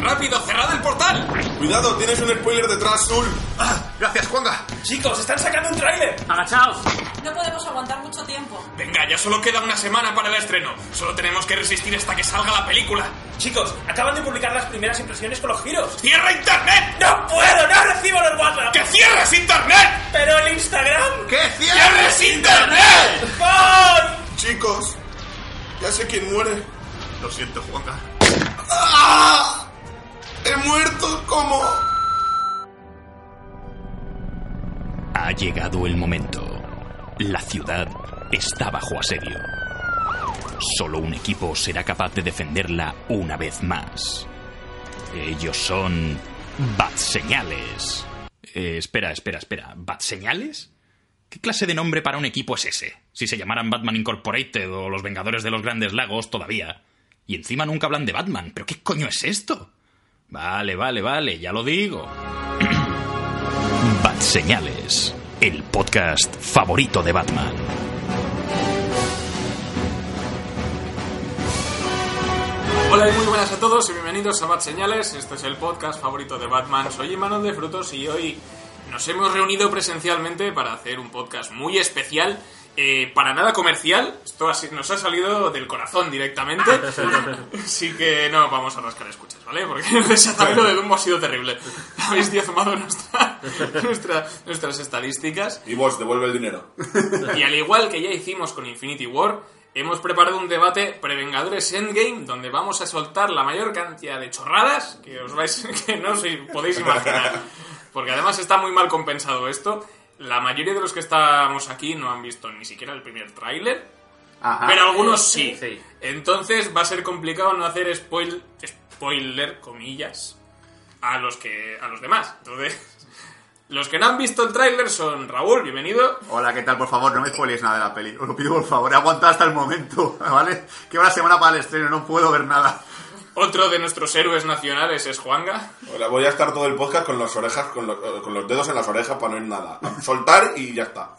¡Rápido, cerrad el portal! Cuidado, tienes un spoiler detrás, Zul. Ah, gracias, Juanga. Chicos, están sacando un tráiler. ¡Agachaos! No podemos aguantar mucho tiempo. Venga, ya solo queda una semana para el estreno. Solo tenemos que resistir hasta que salga la película. Chicos, acaban de publicar las primeras impresiones con los giros. ¡Cierra Internet! ¡No puedo! ¡No recibo los WhatsApp! ¡Que cierres Internet! ¡Pero el Instagram! ¡Que cierres Internet! ¡Voy! Chicos, ya sé quién muere. Lo siento, Juanga. ¡Ah! He muerto como... Ha llegado el momento. La ciudad está bajo asedio. Solo un equipo será capaz de defenderla una vez más. Ellos son Bat Señales. Eh, espera, espera, espera. ¿Bat Señales? ¿Qué clase de nombre para un equipo es ese? Si se llamaran Batman Incorporated o los Vengadores de los Grandes Lagos todavía. Y encima nunca hablan de Batman. ¿Pero qué coño es esto? Vale, vale, vale, ya lo digo. Bat Señales, el podcast favorito de Batman. Hola y muy buenas a todos y bienvenidos a Bat Señales. Este es el podcast favorito de Batman. Soy Imanol de Frutos y hoy nos hemos reunido presencialmente para hacer un podcast muy especial, eh, para nada comercial. Esto así- nos ha salido del corazón directamente. Así que no vamos a rascar escuchas, ¿vale? Porque el desatamiento de Dumbo ha sido terrible. Habéis diezmado nuestra- nuestra- nuestras estadísticas. Y vos, devuelve el dinero. Y al igual que ya hicimos con Infinity War, hemos preparado un debate Prevengadores Endgame donde vamos a soltar la mayor cantidad de chorradas que os vais que no os podéis imaginar. Porque además está muy mal compensado esto. La mayoría de los que estamos aquí no han visto ni siquiera el primer tráiler, Ah, pero algunos sí. Sí. Entonces va a ser complicado no hacer spoil, spoiler, comillas, a los que a los demás. Entonces, los que no han visto el tráiler son Raúl, bienvenido. Hola, ¿qué tal? Por favor, no me spoilees nada de la peli. Os lo pido, por favor. He aguantado hasta el momento, ¿vale? Queda una semana para el estreno, no puedo ver nada. Otro de nuestros héroes nacionales es Juanga. Ahora voy a estar todo el podcast con las orejas, con, lo- eh, con los dedos en las orejas para no ir nada. Soltar y ya está.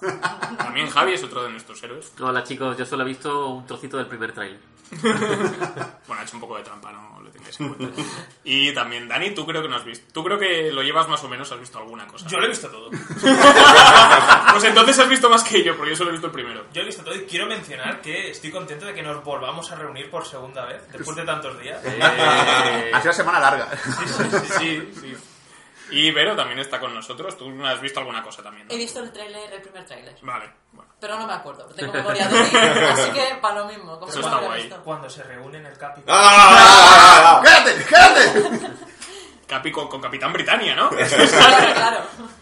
También Javi es otro de nuestros héroes. Hola chicos, yo solo he visto un trocito del primer trailer. Bueno, ha hecho un poco de trampa, no le tengáis en cuenta. Y también Dani, tú creo que no has visto. Tú creo que lo llevas más o menos, has visto alguna cosa. Yo lo he visto todo. Pues entonces has visto más que yo, porque yo solo he visto el primero. Yo he visto todo y quiero mencionar que estoy contento de que nos volvamos a reunir por segunda vez después de tantos días. Eh, Ha sido una semana larga. Sí, sí. Y Vero también está con nosotros. Tú has visto alguna cosa también. ¿no? He visto el tráiler, el primer tráiler. Vale, bueno. Pero no me acuerdo, tengo memoria de ti. Así que para lo mismo. Como Eso si está lo hubiera guay. visto. Cuando se reúnen el Capi. ¡Ah! ¡Quédate, quédate! Capi con, con Capitán Britannia, ¿no? Claro, claro.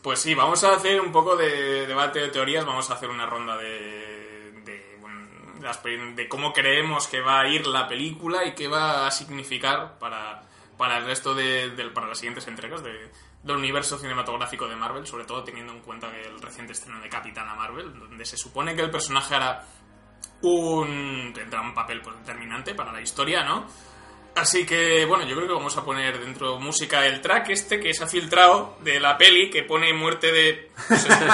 Pues sí, vamos a hacer un poco de debate de teorías, vamos a hacer una ronda de, de, bueno, las pe- de cómo creemos que va a ir la película y qué va a significar para, para el resto de, del- para las siguientes entregas de- del universo cinematográfico de Marvel, sobre todo teniendo en cuenta que el reciente estreno de Capitana Marvel, donde se supone que el personaje hará un tendrá un papel pues, determinante para la historia, ¿no? Así que, bueno, yo creo que vamos a poner dentro música del track este que se ha filtrado de la peli que pone muerte de... pues, este.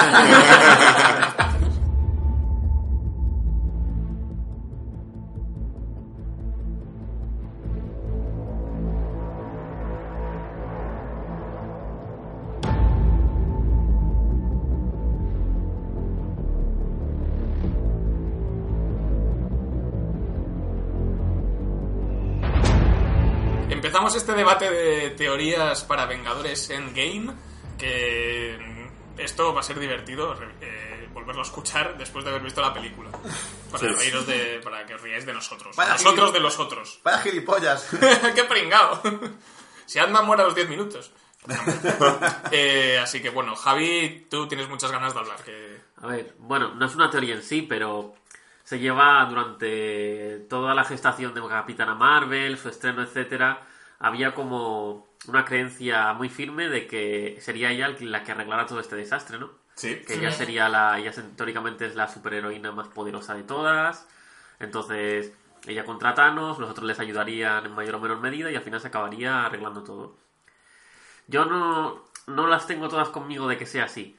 Empezamos este debate de teorías para Vengadores Endgame, que mm, esto va a ser divertido re- eh, volverlo a escuchar después de haber visto la película. Para, reíros de, para que os riáis de nosotros. Vaya nosotros gilip- de los otros. Vaya gilipollas. ¡Qué pringao! si Ant-Man muere a los 10 minutos. Eh, así que bueno, Javi, tú tienes muchas ganas de hablar. Que... a ver, bueno, no es una teoría en sí, pero se lleva durante toda la gestación de Capitana Marvel, su estreno, etcétera, había como una creencia muy firme de que sería ella la que arreglara todo este desastre, ¿no? Sí. que ella sería la ella se- teóricamente es la superheroína más poderosa de todas entonces ella contra Thanos nosotros les ayudarían en mayor o menor medida y al final se acabaría arreglando todo yo no no las tengo todas conmigo de que sea así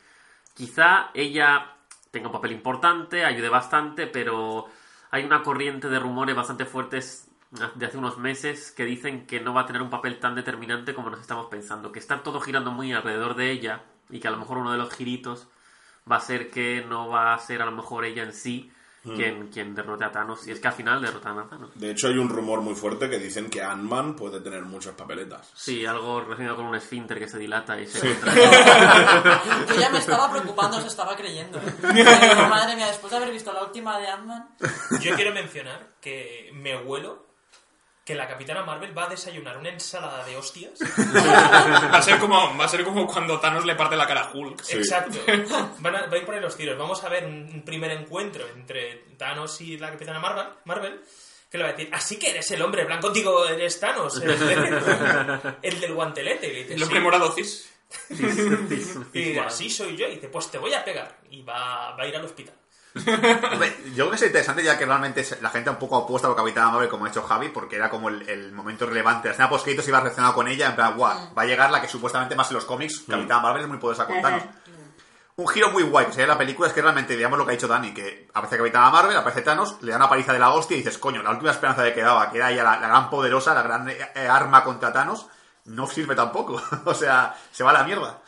quizá ella tenga un papel importante ayude bastante pero hay una corriente de rumores bastante fuertes de hace unos meses que dicen que no va a tener un papel tan determinante como nos estamos pensando, que está todo girando muy alrededor de ella y que a lo mejor uno de los giritos va a ser que no va a ser a lo mejor ella en sí quien, quien derrote a Thanos, y es que al final derrotan a Thanos. De hecho, hay un rumor muy fuerte que dicen que Ant-Man puede tener muchas papeletas. Sí, algo relacionado con un esfínter que se dilata y se contrae. Yo ya me estaba preocupando, se estaba creyendo. Digo, Madre mía, después de haber visto la última de Ant-Man. Yo quiero mencionar que me huelo que la Capitana Marvel va a desayunar una ensalada de hostias. Va a ser como, va a ser como cuando Thanos le parte la cara a Hulk. Exacto. Van a, va a ir por ahí los tiros. Vamos a ver un, un primer encuentro entre Thanos y la Capitana Marvel, Marvel que le va a decir, así que eres el hombre blanco, digo, eres Thanos, el, de- el del guantelete. Y le dice, Los "Sí". premoradocis. Y dice, así soy yo. Y dice, pues te voy a pegar. Y va, va a ir al hospital. Hombre, Yo creo que es interesante ya que realmente se- la gente un poco apuesta por Capitana Marvel como ha hecho Javi, porque era como el, el momento relevante. La escena post iba relacionada con ella, en plan, guau, va a llegar la que supuestamente más en los cómics, Capitana Marvel es muy poderosa con Thanos. Un giro muy guay que se ve en la película es que realmente, digamos lo que ha dicho Dani, que aparece Capitana Marvel, aparece Thanos, le da una paliza de la hostia y dices, coño, la última esperanza que quedaba, que era ella la, la gran poderosa, la gran eh, eh, arma contra Thanos, no sirve tampoco. o sea, se va a la mierda.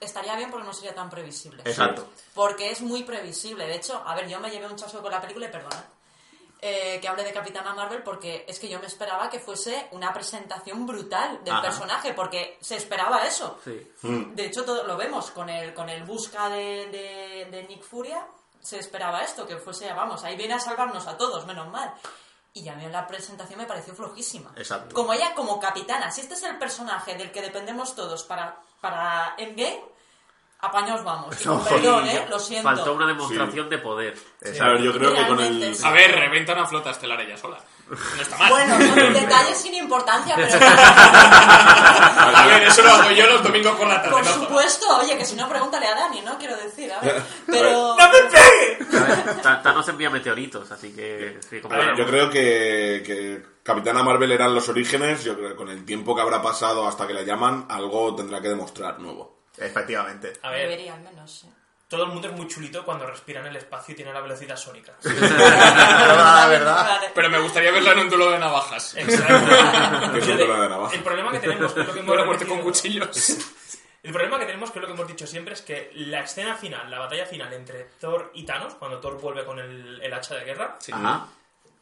Estaría bien porque no sería tan previsible. Exacto. Porque es muy previsible. De hecho, a ver, yo me llevé un chasco con la película y perdonad eh, que hable de Capitana Marvel porque es que yo me esperaba que fuese una presentación brutal del Ajá. personaje porque se esperaba eso. Sí. De hecho, todo lo vemos con el, con el busca de, de- de Nick Furia. Se esperaba esto, que fuese, vamos, ahí viene a salvarnos a todos, menos mal. Y ya a mí la presentación me pareció flojísima. Exacto. Como ella, como capitana, si este es el personaje del que dependemos todos para, para Endgame, apañaos vamos. Y con perdón, ¿eh? Lo siento. Faltó una demostración de poder. A ver, yo creo que con el... Realmente, A ver, reventa una flota estelar ella sola. No está mal. Bueno, son detalles sin importancia, pero... A ver, eso lo hago yo los domingos por la tarde. Por no supuesto, oye, que si no, pregúntale a Dani, ¿no? Quiero decir, a ver. Pero... Ta- Thanos envía meteoritos, así que... sí, como- Yo creo que, que Capitana Marvel eran los orígenes. Yo creo que con el tiempo que habrá pasado hasta que la llaman, algo tendrá que demostrar nuevo. Efectivamente. A ver, Debería, al menos, ¿eh? todo el mundo es muy chulito cuando respira en el espacio y tiene la velocidad sónica. la verdad. Vale. Pero me gustaría verla en un duelo de navajas. Exacto. Que es un duelo de navaja. el problema que tenemos, que es lo que hemos No la muerte con repetido- cuchillos. El problema que tenemos, que es lo que hemos dicho siempre, es que la escena final, la batalla final entre Thor y Thanos, cuando Thor vuelve con el, el hacha de guerra, Ajá.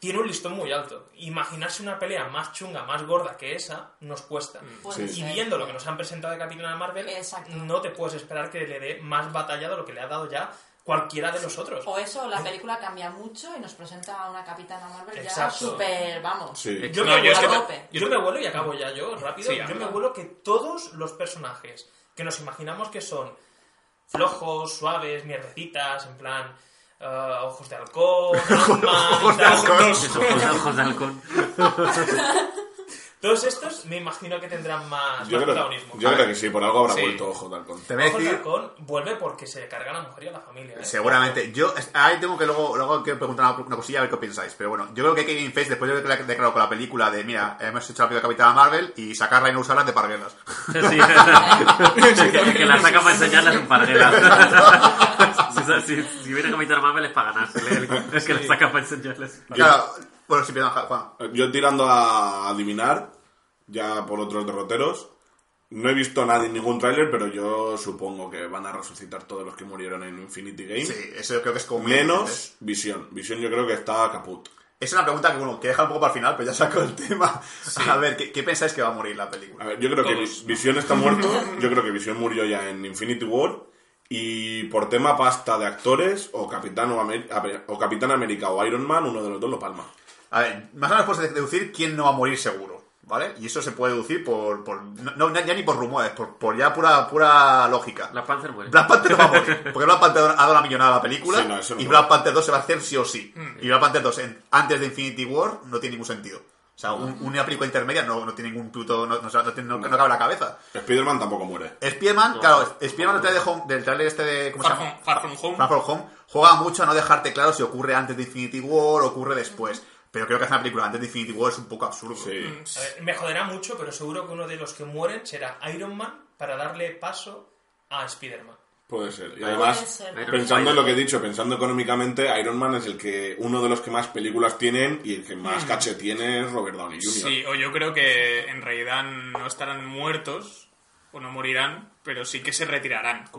tiene un listón muy alto. Imaginarse una pelea más chunga, más gorda que esa, nos cuesta. Puede Y ser. viendo lo que nos han presentado de Capitana Marvel, Exacto. no te puedes esperar que le dé más batalla de lo que le ha dado ya cualquiera de nosotros. O eso, Eh. la película cambia mucho y nos presenta a una capitana Marvel ya Exacto. súper, vamos. Sí. Yo, Eh, No, me yo es que- vuelo, yo me vuelo y acabo ya yo, rápido. Sí, yo me habla. vuelo que todos los personajes que nos imaginamos que son flojos, suaves, mierdecitas, en plan eh, ojos de halcón, Ant-Man, Ojos de tal, halcón. dos- Eso, con ojos de halcón. Todos estos me imagino que tendrán más, Yo creo, más protagonismo. yo creo que sí, por algo habrá Sí. vuelto Ojo de Halcón. Te voy a Ojos de decir, halcón vuelve porque se le carga a la mujer y a la familia. ¿eh? seguramente, yo, ahí tengo que luego, luego quiero preguntar una, una cosilla a ver qué pensáis, pero bueno, yo creo que Kevin Feige, después de haber declarado con la película de, mira, hemos hecho la película de Capitana Marvel y sacarla y no usarla de parguelas. Sí. que, que la saca para enseñarlas en parguelas. si, sa- si, si viene Capitán Marvel es para ganarse. Es que la saca para enseñarlas. Claro, bueno, sí, perdón, Juan. Yo tirando a adivinar, ya por otros derroteros, no he visto nadie ningún tráiler, pero yo supongo que van a resucitar todos los que murieron en Infinity Game. Sí, eso yo creo que es como... muy evidente. Menos Visión. Visión yo creo que está caput. Es una pregunta que, bueno, que deja un poco para el final, pero ya saco el tema. A ver, ¿qué, qué pensáis que va a morir la película? A ver, yo creo que Vis- Visión está muerto. Yo creo que Visión murió ya en Infinity War. Y por tema pasta de actores, o Capitán, o Amer- Amer- o Capitán América o Iron Man, uno de los dos lo palma. A ver, más o menos puedes deducir quién no va a morir seguro, ¿vale? Y eso se puede deducir por... por no, no- ya ni por rumores, por, por ya pura, pura lógica. La Panther muere. Black Panther va a morir, porque Black Panther ha dado la millonada a la película Sí, no, eso no y puede. Mm. Black Panther 2 se va a hacer sí o sí. Y Black Panther 2 en- antes de Infinity War no tiene ningún sentido. O sea, un- Mm. una película intermedia no, no tiene ningún puto, no, no, no tiene- no- no cabe en la cabeza. Spider-Man tampoco muere. Spiderman, claro, Spiderman del trailer de Home- del trailer este de... ¿Cómo se Far llama? from, Far From Home. Far From Home juega mucho a no dejarte claro si ocurre antes de Infinity War o ocurre después. Pero creo que hacer una película antes de Infinity War es un poco absurdo. Sí. A ver, me joderá mucho, pero seguro que uno de los que mueren será Iron Man para darle paso a Spider-Man. Puede ser. Y además, Puede ser. Pero pensando en Spider- lo que he dicho, pensando económicamente, Iron Man es el que uno de los que más películas tienen y el que más caché tiene es Robert Downey Jr. Sí, o yo creo que en realidad no estarán muertos o no morirán, pero sí que se retirarán. No,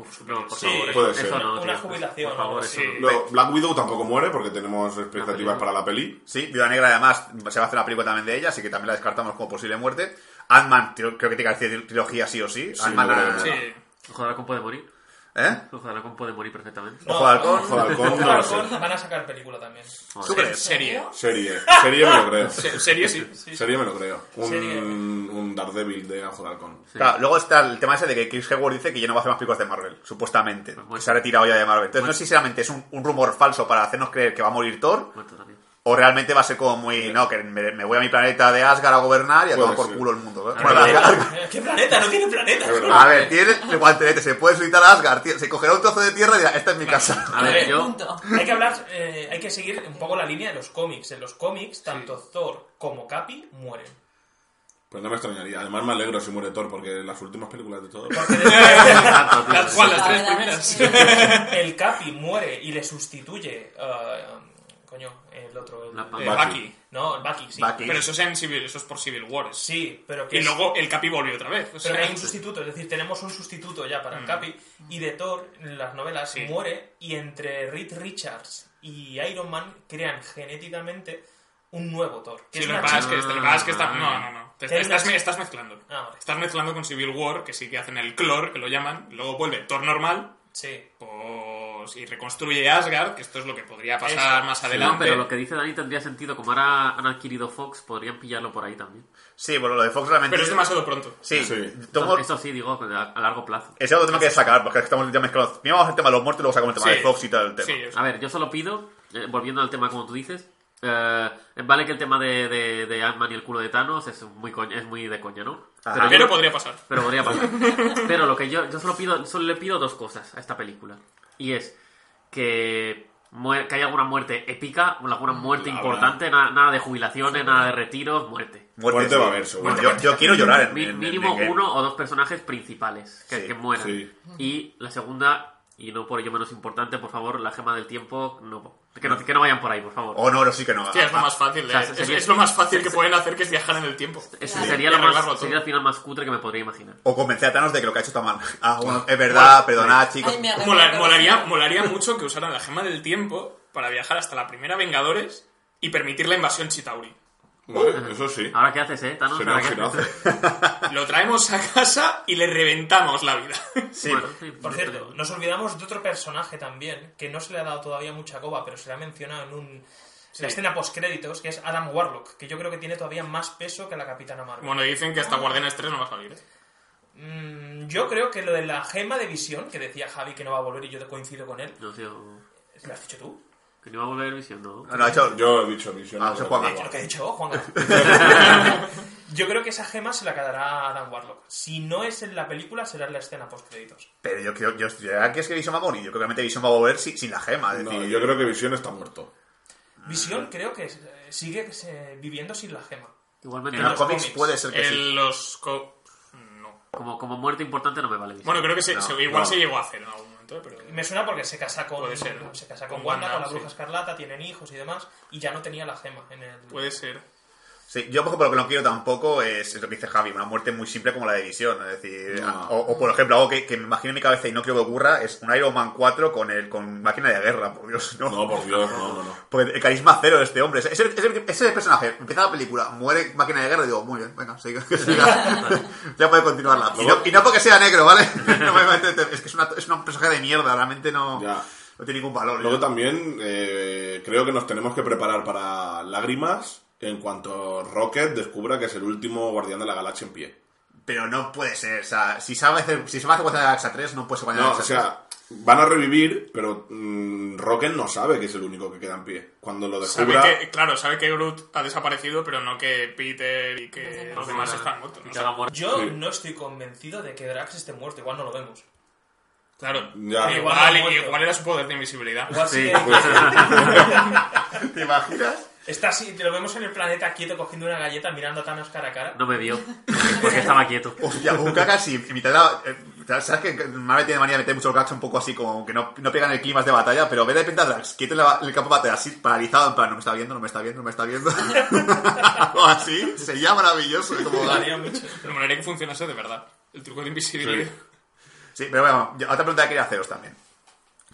por Sí, favor, puede eso, ser. eso no, Una tío. pues, jubilación, Por favor, ¿no? eso Sí. no. Luego, Black Widow tampoco muere porque tenemos expectativas película. para la peli. Sí, Viuda Negra además se va a hacer una película también de ella, así que también la descartamos como posible muerte. Ant-Man, tr- creo que tiene que hacer trilogía sí o sí. Sí, Ant-Man, yo creo ah, que Sí. Ojo de Halcón puede morir. ¿eh? Ojo de Halcón puede morir perfectamente. Ojo de halcón. Ojo de halcón, Ojo de no lo halcón, sé. Van a sacar película también. ¿Tú crees? Serie. Serie. Serie me lo creo. Se- Serie sí. Serie me lo creo. Un, Serie. un Daredevil de Ojo de Halcón. Claro, luego está el tema ese de que Chris Hemsworth dice que ya no va a hacer más películas de Marvel, supuestamente. Pues bueno. Se ha retirado ya de Marvel. Entonces, no sé si sinceramente es un, un rumor falso para hacernos creer que va a morir Thor, Muerto también. o realmente va a ser como muy, no, que me, me voy a mi planeta de Asgard a gobernar y a Puede tomar por ser. culo el mundo. ¿eh? Ah, Bueno, vale. Asgard- ¿Qué planeta? No tiene planeta. Es verdad. A ver, tiene el guantelete, se puede solicitar a Asgard, tío. Se cogerá un trozo de tierra y dirá, esta es mi casa. A ver, Vale. yo. Punto. Hay que hablar, eh, hay que seguir un poco la línea de los cómics. En los cómics, tanto Thor como Capi mueren. Pues no me extrañaría. Además me alegro si muere Thor porque las últimas películas de todo... Porque después Tanto, tío. Las, ¿cuál? las La tres verdad primeras. es que- el Capi muere y le sustituye. ah, coño, el otro. el- La Eh, pampa. Bucky. no, el Bucky, sí. Bucky. Pero eso es, en Civil, eso es por Civil Wars. Sí, pero que Y es- luego el Capi volvió otra vez. o Pero sea, hay un sustituto, es decir, tenemos un sustituto ya para el Capi. Y de Thor, en las Mm. novelas, Sí. muere y entre Reed Richards y Iron Man crean genéticamente un nuevo Thor. sí, que es lo que una pasa chica. es que, lo que pasa es que está... No, no, no. Te- Que hay estás, una- me- estás mezclando. Ah, vale. Estás mezclando con Civil War, que sí que hacen el clor, que lo llaman. Luego vuelve Thor normal, Sí. pues, y reconstruye Asgard, que esto es lo que podría pasar Eso. más Sí, adelante. no, pero lo que dice Dani tendría sentido. Como ahora han adquirido Fox, podrían pillarlo por ahí también. Sí, bueno, lo de Fox realmente. Pero es demasiado pronto. Sí, Sí. tomo- Eso sí, digo, a, a largo plazo. Ese es otro tema que sacar, porque es que estamos ya mezclados. Primero vamos al tema de los muertos y luego sacamos el tema Sí. de Fox y tal el tema. Sí, o sea, A ver, yo solo pido, eh, volviendo al tema como tú dices, eh, vale que el tema de, de, de Ant-Man y el culo de Thanos es muy, coña- es muy de coña, ¿no? Ajá. Pero yo- Ah, pero podría pasar. Pero podría pasar. Pero lo que yo, yo solo pido, solo le pido dos cosas a esta película. Y es que, muer- que haya alguna muerte épica, alguna muerte habrá. importante, na- nada de jubilaciones, nada de retiros, muerte. Muerte va a sí. haber, seguro. Bueno, yo, yo quiero llorar en, Mi- en- en mínimo Endgame. uno o dos personajes principales que, Sí, que mueran. sí. Y la segunda, y no por ello menos importante, por favor, la gema del tiempo, no, que, no, que no vayan por ahí, por favor. Oh, no, no, sí que no. Hostia, es lo más fácil. ah. O sea, eh. se- Es- sería- es, lo más fácil que pueden hacer que es viajar en el tiempo. Ese Sí. sería, lo Arreglarlo más, todo. sería el final más cutre que me podría imaginar. ah, O convencer a Thanos de que lo que ha hecho está mal. Ah, bueno, es verdad, perdonad, chicos. Ay, me arrepiento. Mola- molaría, molaría mucho que usaran la gema del tiempo para viajar hasta la primera Vengadores y permitir la invasión Chitauri. Vale, eso sí. Ah, Ahora qué haces, eh, Thanos. Sería ¿Ahora un qué haces? girazo. Lo traemos a casa y le reventamos la vida. Sí. Bueno, sí, Por yo- cierto, nos olvidamos de otro personaje también, que no se le ha dado todavía mucha coba, pero se le ha mencionado en un... en La escena post-créditos, que es Adam Warlock, que yo creo que tiene todavía más peso que la Capitana Marvel. Bueno, dicen que hasta Ah. Guardianes 3 no va a salir. ¿eh? Mm, yo creo que lo de la gema de visión, que decía Javi que no va a volver y yo te coincido con él, No, tío, ¿lo has dicho tú? que no va a volver Visión, ¿no? No, no, ha hecho. Yo he dicho Visión. Ah, eso es Juan Pero- Lo que he dicho, Juan. yo creo que esa gema se la quedará a Adam Warlock. Si no es en la película, será en la escena post-créditos. Pero yo creo. Yo, yo, ¿Qué es que Vision va a morir? Yo creo que realmente Vision va a volver sin, sin la gema. Es No, decir, yo creo que Visión está muerto. Visión creo que eh, sigue eh, viviendo sin la gema. Igualmente, en los los cómics cómics, puede ser que El- sí. Los co- no. como, como muerte importante no me vale Visión. Bueno, creo que se- No, se- igual no. se llegó a hacer en algún momento, pero... Me suena porque se casa con, Puede ser, ¿no? se casa con Con Wanda, Wanda, con la sí. bruja escarlata, tienen hijos y demás, y ya no tenía la gema en el... Puede ser. Sí, yo, por ejemplo, lo que no quiero tampoco es es lo que dice Javi, una muerte muy simple como la de Vision. Es decir, No. o, o, por ejemplo, algo que, que me imagino en mi cabeza y no creo que ocurra es un Iron Man 4 con, el, con máquina de guerra, por Dios, no. No, por Dios, no, no, no. Porque el carisma cero de este hombre. Ese es el, es el- es el personaje. Empieza la película, muere máquina de guerra y digo, muy bien, venga, sigue, que siga. ya puede continuarla. Y no, y no porque sea negro, ¿vale? No me- me- es que es, una, es un personaje de mierda, realmente no, Ya. no tiene ningún valor. Luego también eh, creo que nos tenemos que preparar para lágrimas en cuanto Rocket descubra que es el último guardián de la galaxia en pie. Pero no puede ser. O sea, si sabe hacer, si se va a hacer Guardián de la Galaxia 3, no puede ser Guardián No, de o la Galaxia sea, van a revivir, pero mm, Rocket no sabe que es el único que queda en pie. Cuando lo Sabe descubra... que, claro, sabe que Groot ha desaparecido, pero no que Peter y que los demás están muertos. no Que sé. haga muerte. Yo Sí. no estoy convencido de que Drax esté muerto, igual no lo vemos. Claro. Ya. Igual, Igual no ha muerto. igual era su poder de invisibilidad. Igual sí Sí. que- tres. ¿Te imaginas? Está así, lo vemos en el planeta quieto cogiendo una galleta mirando a Thanos cara a cara. No me vio, porque estaba quieto. Hostia, Bukaka sí, en mitad de la, eh, ¿Sabes que Marvel tiene manía de meter muchos gags un poco así como que no, no pegan el clima de batalla? Pero ve de repente a Drax, quita la- el campo de batalla así paralizado, en plan, no me está viendo, no me está viendo, no me está viendo. o así, sería maravilloso. es como- Molaría mucho. Pero molaría que funcionase de verdad. El truco de invisibilidad. Sí, pero bueno, yo- otra pregunta que quería haceros también.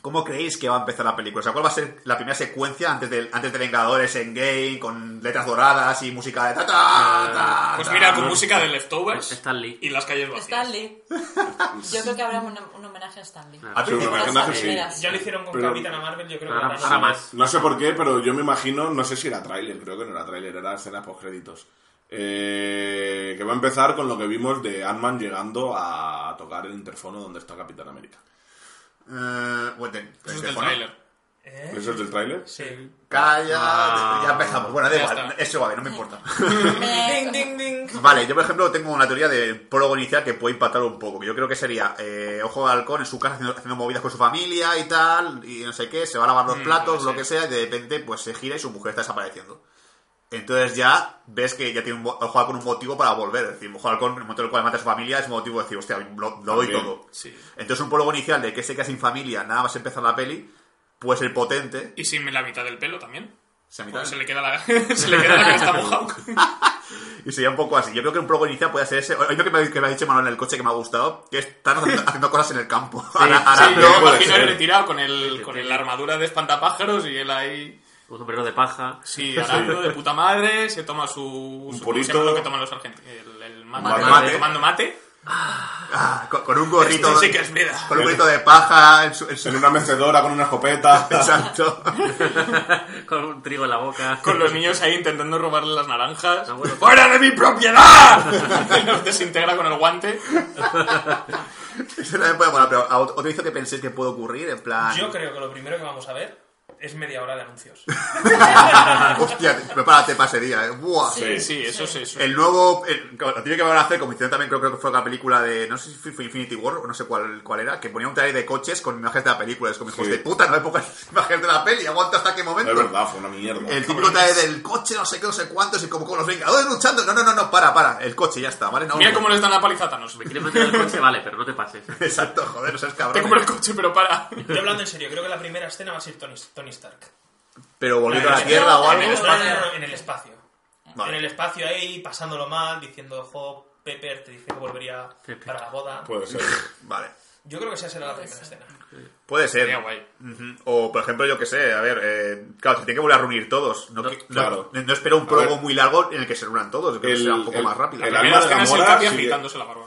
¿Cómo creéis que va a empezar la película? O sea, ¿cuál va a ser la primera secuencia antes de, antes de Vengadores en Game, con letras doradas y música de ta, ta, ta, Pues ta? mira, con música de leftovers Stanley. y las calles vacías. Stanley. Yo creo que habrá un, un homenaje a Stanley. Al Sí, Ah, un principio- homenaje, sí. sí. Ya lo hicieron con Pero- Capitana Marvel, yo creo que Ahora, ahora ahora sí. más. No sé por qué, pero yo me imagino, no sé si era tráiler, creo que no era tráiler, era escena post créditos. que va a empezar con lo que vimos de Ant-Man llegando a tocar el interfono donde está Capitán América. Eh, bueno, te- Eso es te- del bueno, tráiler. ¿Eso Eh. es del tráiler? ¿Eh? Sí. Calla, Ah. ya empezamos. Bueno, da Ya igual, está. es suave, no me importa. Eh, Ding, ding, ding. Vale, yo por ejemplo tengo una teoría del prólogo inicial que puede impactar un poco. que Yo creo que sería eh, Ojo de Halcón en su casa haciendo, haciendo movidas con su familia y tal, y no sé qué, se va a lavar Mm, los platos, lo que sea, y de repente pues se gira y su mujer está desapareciendo. Entonces ya ves que ya tiene un, mo- Ojo de Halcón un motivo para volver. Es decir, Ojo de Halcón, en el momento en el cual mata a su familia, es un motivo de decir, hostia, lo, lo doy También, todo. sí. Entonces un prólogo inicial de que se queda sin familia, nada más empezar la peli, puede ser potente. Y sin la mitad del pelo también. Se me Porque cae. se le queda la, se le queda la que está mojado. Y sería un poco así. Yo creo que un prólogo inicial puede ser ese. Hay uno que me, que me ha dicho Manuel en el coche que me ha gustado, que es Thanos haciendo, haciendo cosas en el campo. Ara- Sí, arando. yo me puede imagino ser. retirado con, el, con el- la armadura de espantapájaros y él ahí, Un sombrero de paja. sí, arando de puta madre, se toma su... su ¿cómo se purito. llama lo que toman los argentinos, el, el mate, Mate. Tomando- tomando mate. Ah, con, con un gorrito. Esto sí que es vida. Con un gorrito de paja en su. en su- En una mecedora con una escopeta. Exacto. Con un trigo en la boca. Con los niños ahí intentando robarle las naranjas. No, bueno. ¡Fuera de mi propiedad! Y los desintegra con el guante. Eso también puede molar, pero a ot- otro hizo que penséis que puede ocurrir, en plan. Yo creo que lo primero que vamos a ver es media hora de anuncios. Hostia, te- prepárate para ese día, eh. Buah. Sí, sí, eso es eso. El nuevo. el- lo tiene que van a hacer, como hicieron también, creo, creo que fue la película de. No sé si fue Infinity War o no sé cuál, cuál era, que ponía un trailer de coches con imágenes de la película. Es como hijos Sí. de puta, no hay pocas imágenes de la peli, aguanta hasta qué momento. Es verdad, fue una mierda. El típico trae del coche, no sé qué, no sé cuántos, y como con los vengadores luchando. No, no, no, no, para, para. El coche ya está, ¿vale? No, Mira no. cómo les dan la paliza a Thanos. Me quieres meter en el coche, vale, pero no te pases. Exacto, joder, no seas Te compro el cabrón. ¿eh? coche, pero para. Yo hablando en serio, creo que la primera escena va a ser Tony, Tony Stark. Pero volviendo a la No, tierra o no, En el algo. no, espacio. En el espacio, En el Vale. espacio ahí, pasándolo mal, diciendo, jo, Pepper te dice que volvería Pepper. para la boda. Puede ser. Vale. Yo creo que esa será la primera escena. Puede ser. Sería guay. Ujú. O, por ejemplo, yo que sé, a ver, eh, claro, se tiene que volver a reunir todos. No, que- no- claro. no, espero un A prólogo ver. muy largo en el que se reúnan todos, que El- sea un poco el- más rápido. el- La alma primera escena de es el Gamora Tapia sigue- afeitándose la barba.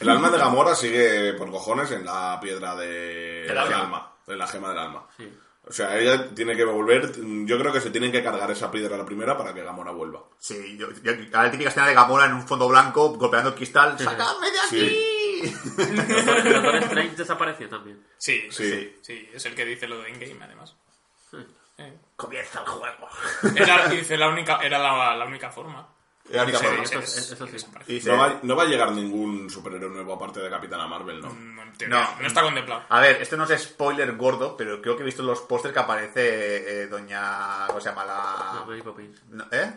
El alma de Gamora sigue por cojones en la piedra de Del la alma. alma, en la gema del alma. Sí. O sea, ella tiene que volver. Yo creo que se tienen que cargar esa piedra a la primera para que Gamora vuelva. Sí, yo, yo- ahora la típica escena de Gamora en un fondo blanco, golpeando el cristal. ¡Sacadme de aquí! Doctor Doctor Strange desapareció también. Sí, Sí. sí, sí. Es el que dice lo de Endgame, además. Eh. Comienza el juego. Era, dice, la única, era la, la única forma. Era la única Sí, forma. eso, Eso- es- eso que sí. desaparece. Y dice- No va, no va a llegar ningún superhéroe nuevo aparte de Capitana Marvel, ¿no? No, en teoría, No. no, está contemplado. A ver, esto no es spoiler gordo, pero creo que he visto en los pósters que aparece eh, Doña. ¿Cómo se llama No, la.? Mary Poppins. No, ¿Eh?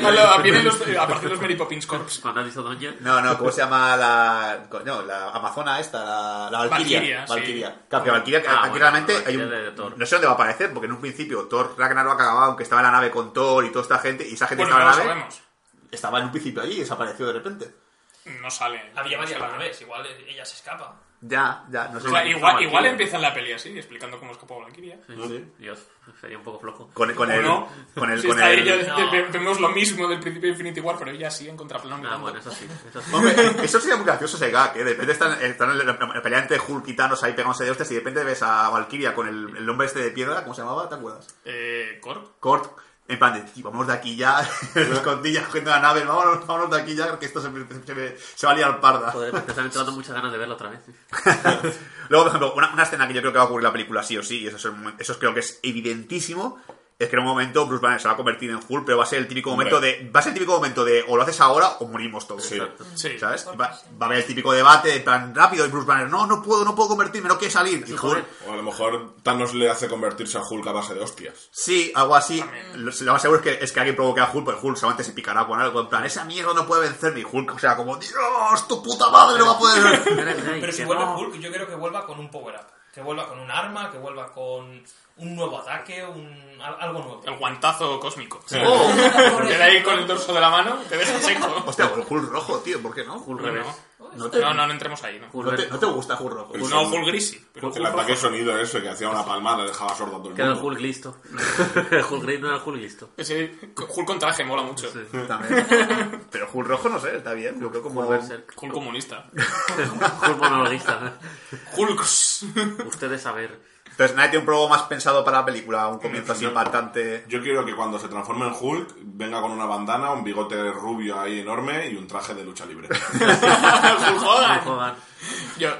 No, no, vienen los, eh, aparte los Mary Poppins Corps. Cuando has visto Doña, No, no, ¿cómo se llama la. No, la Amazona esta, la, la Valkyria. Valkyria, sí. Claro, que Valkyria, Ah, aquí bueno, realmente la hay un. Valkyria de Thor. No sé dónde va a aparecer, porque en un principio Thor Ragnarok acababa, aunque estaba en la nave con Thor y toda esta gente, y esa gente que Bueno, no lo estaba en la nave. sabemos. Estaba en un principio allí y desapareció de repente. No sale. Había varias No sale. naves, igual ella se escapa. Ya, ya, no sé. O sea, igual, Valkyria. igual empiezan la peli así, explicando cómo escapó Valkyria. Dios, sería un poco flojo. Con, con ¿O el. no? Eh, Con el. Si Con está ahí, el- ya- No. ve- vemos lo mismo del principio de Infinity War, pero ella sí en contraplano. Ah, mirando. bueno, eso sí. Eso sí. Hombre, eh, eso sería muy gracioso ese gag, ¿eh? De repente están, están en la, la pelea entre Hulk y Thanos ahí pegándose de hostias y de repente ves a Valkyria con el, el hombre este de piedra, ¿cómo se llamaba? ¿Te acuerdas? Eh, Corp. Cort, en plan de, "Tío, vámonos de aquí ya, escondilla, cogiendo la nave, vámonos, vámonos de aquí ya, que esto se, me- se me- se va a liar parda. Joder, me están dando muchas ganas de verlo otra vez. Luego, por ejemplo, una, una escena que yo creo que va a ocurrir en la película sí o sí, y eso, es el momen- eso creo que es evidentísimo, es que en un momento Bruce Banner se va a convertir en Hulk, pero va a ser el típico Hombre. momento de. Va a ser el típico momento de o lo haces ahora o morimos todos. Sí. Sí. ¿Sabes? Va, va a haber el típico debate de plan rápido y Bruce Banner, no, no puedo, no puedo convertirme, no quiero salir. Y Hulk, O a lo mejor Thanos le hace convertirse a Hulk a base de hostias. sí, algo así. Lo, lo más seguro es que, es que alguien provoque a Hulk, porque Hulk solamente se picará con algo. En plan, esa mierda no puede vencerme. Y Hulk, o sea, como, Dios, tu puta madre no va a poder. Eres gay, Pero si que vuelve no. Hulk, yo creo que vuelva con un power-up. Que vuelva con un arma, que vuelva con un nuevo ataque, un, al- algo nuevo. El guantazo cósmico. Oh, Te da ahí con el dorso de la mano, te deja seco. hostia, el Hulk rojo, tío, ¿por qué no? Hulk No, revés. pues no, no, no entremos ahí, ¿no? Hulk ¿No te, revés. no te gusta Hulk rojo? No, Hulk Grisi. pero- El ataque de sonido ese que hacía una palmada dejaba sordo a todo el Que era el mundo. Hulk listo. Hulk gris no era el Hulk listo. Sí, Hulk con traje mola mucho. Sí. También. Pero Hulk rojo, no sé, está bien. Yo creo como... Hulk berserk. Hulk comunista. Hulk monologuista. Hulks. Ustedes saber. Entonces, nadie tiene un prólogo más pensado para la película, un comienzo así impactante. Yo quiero que cuando se transforme en Hulk venga con una bandana, un bigote rubio ahí enorme y un traje de lucha libre. Hulk Hogan. Hogan. Yo,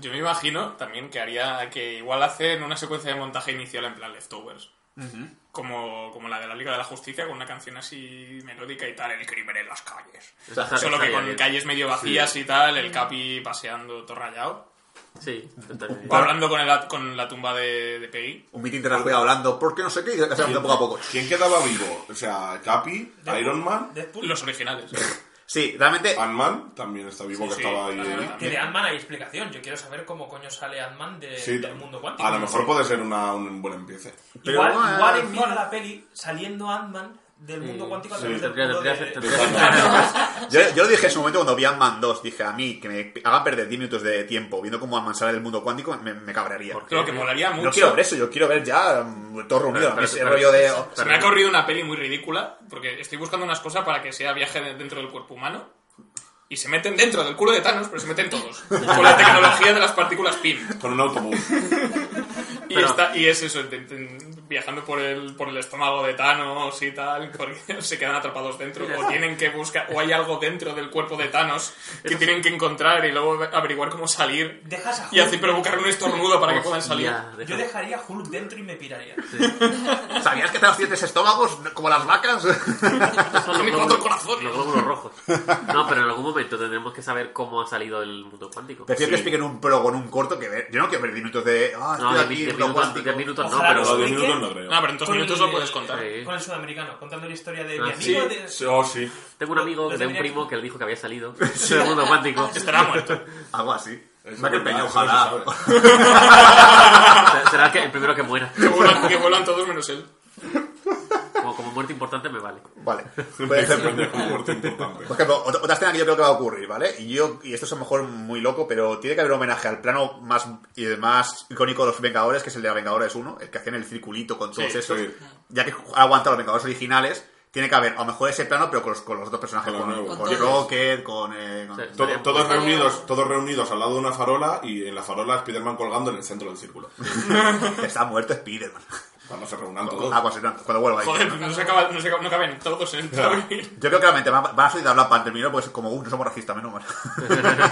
yo me imagino también que haría que igual hacen una secuencia de montaje inicial en plan Leftovers. Como, como la de la Liga de la Justicia, con una canción así melódica y tal, el crimen en las calles. Esa- Solo esa que con bien. calles medio vacías y tal, el Capi paseando todo rayado. Sí, totalmente. O hablando con, el, con la tumba de, de Peggy. Un mitin internacional hablando, porque no sé qué, y que se hace poco a poco. ¿Quién quedaba vivo? O sea, Capi, Iron Man, Deadpool. Los originales. Sí, realmente, Ant-Man también está vivo, que sí, estaba ahí. claro, Que de Ant-Man hay explicación. Yo quiero saber cómo coño sale Ant-Man de- Sí, del mundo cuántico. a lo mejor puede ser una- un buen empiece. Pero igual bueno, igual eh, empieza bueno. la peli saliendo Ant-Man del mundo cuántico a través del Tendría- mundo tendría- de- tendría- yo, yo lo dije en su momento cuando vi Ant-Man 2, dije a mí, que me hagan perder 10 minutos de tiempo viendo cómo Ant-Man sale del mundo cuántico, me, me cabrearía. ¿Por qué? Lo que molaría mucho. No quiero ver eso, yo quiero ver ya mm, todo reunido, Pero- ese pero- rollo de... "Oh, Se me ha corrido una peli muy ridícula, porque estoy buscando unas cosas para que sea viaje de- dentro del cuerpo humano. Y se meten dentro del culo de Thanos, pero se meten todos. Con la tecnología de las partículas PIM. Con un autobús. Y, Pero- está, y es eso, te- te- viajando por el, por el estómago de Thanos y tal, porque se quedan atrapados dentro. O tienen que buscar, o hay algo dentro del cuerpo de Thanos que tienen que encontrar y luego averiguar cómo salir. Dejas a Hulk. Y así provocar un estornudo para que puedan salir. Hostia, Pues deja- Yo dejaría a Hulk dentro y me piraría. ¿Sabías que Thanos tiene tres estómagos como las vacas? Estos son Me los corto el glóbulos- corazón. Los glóbulos rojos. No, pero en algún momento tendremos que saber cómo ha salido el mundo cuántico. Prefiero que expliquen un prólogo en un corto que ver. Yo no quiero ver 10 minutos de... Ah, No, estoy de, aquí, mundo mi- de minutos, cuántico. de minutos no, Ojalá pero... los Lo de explique minutos no creo. No, pero en dos con minutos el- lo puedes contar. Sí. Con el sudamericano, contando la historia de Ah, mi sí. amigo. de- Oh, sí. Tengo un amigo, Los de un tendría que- primo, que le dijo que había salido del mundo cuántico. Estará muerto. Algo así. Eso Michael es verdad, Peña, eso ojalá. no se sabe. Se- Será el que- el primero que muera. Que vuelan, que vuelan todos menos él. Como, como muerte importante me vale. Vale. Por Ese ejemplo, coño es un muerto importante. por ejemplo, ot- otra escena que yo creo que va a ocurrir, ¿vale? Y yo, y esto es a lo mejor muy loco, pero tiene que haber un homenaje al plano más y el más icónico de los Vengadores, que es el de la Vengadores 1, el que hacían el circulito con todos Sí, esos. sí. Ya que ha aguantado los Vengadores originales, tiene que haber a lo mejor ese plano, pero con los, con los otros personajes, Con los con, nuevos. con Con todos. Rocket, con. eh, con- Sí. To- todos reunidos, todos reunidos al lado de una farola y en la farola Spiderman colgando en el centro del círculo. Está muerto Spider-Man. Cuando se reúnan todos. Ah, cuando, se- cuando vuelva ahí. Joder, no, se acaba, no, se acaba- no caben todos en el tablín. Yo creo que realmente van van a salir a hablar para terminar, pues como, uff, no somos racistas, menos mal.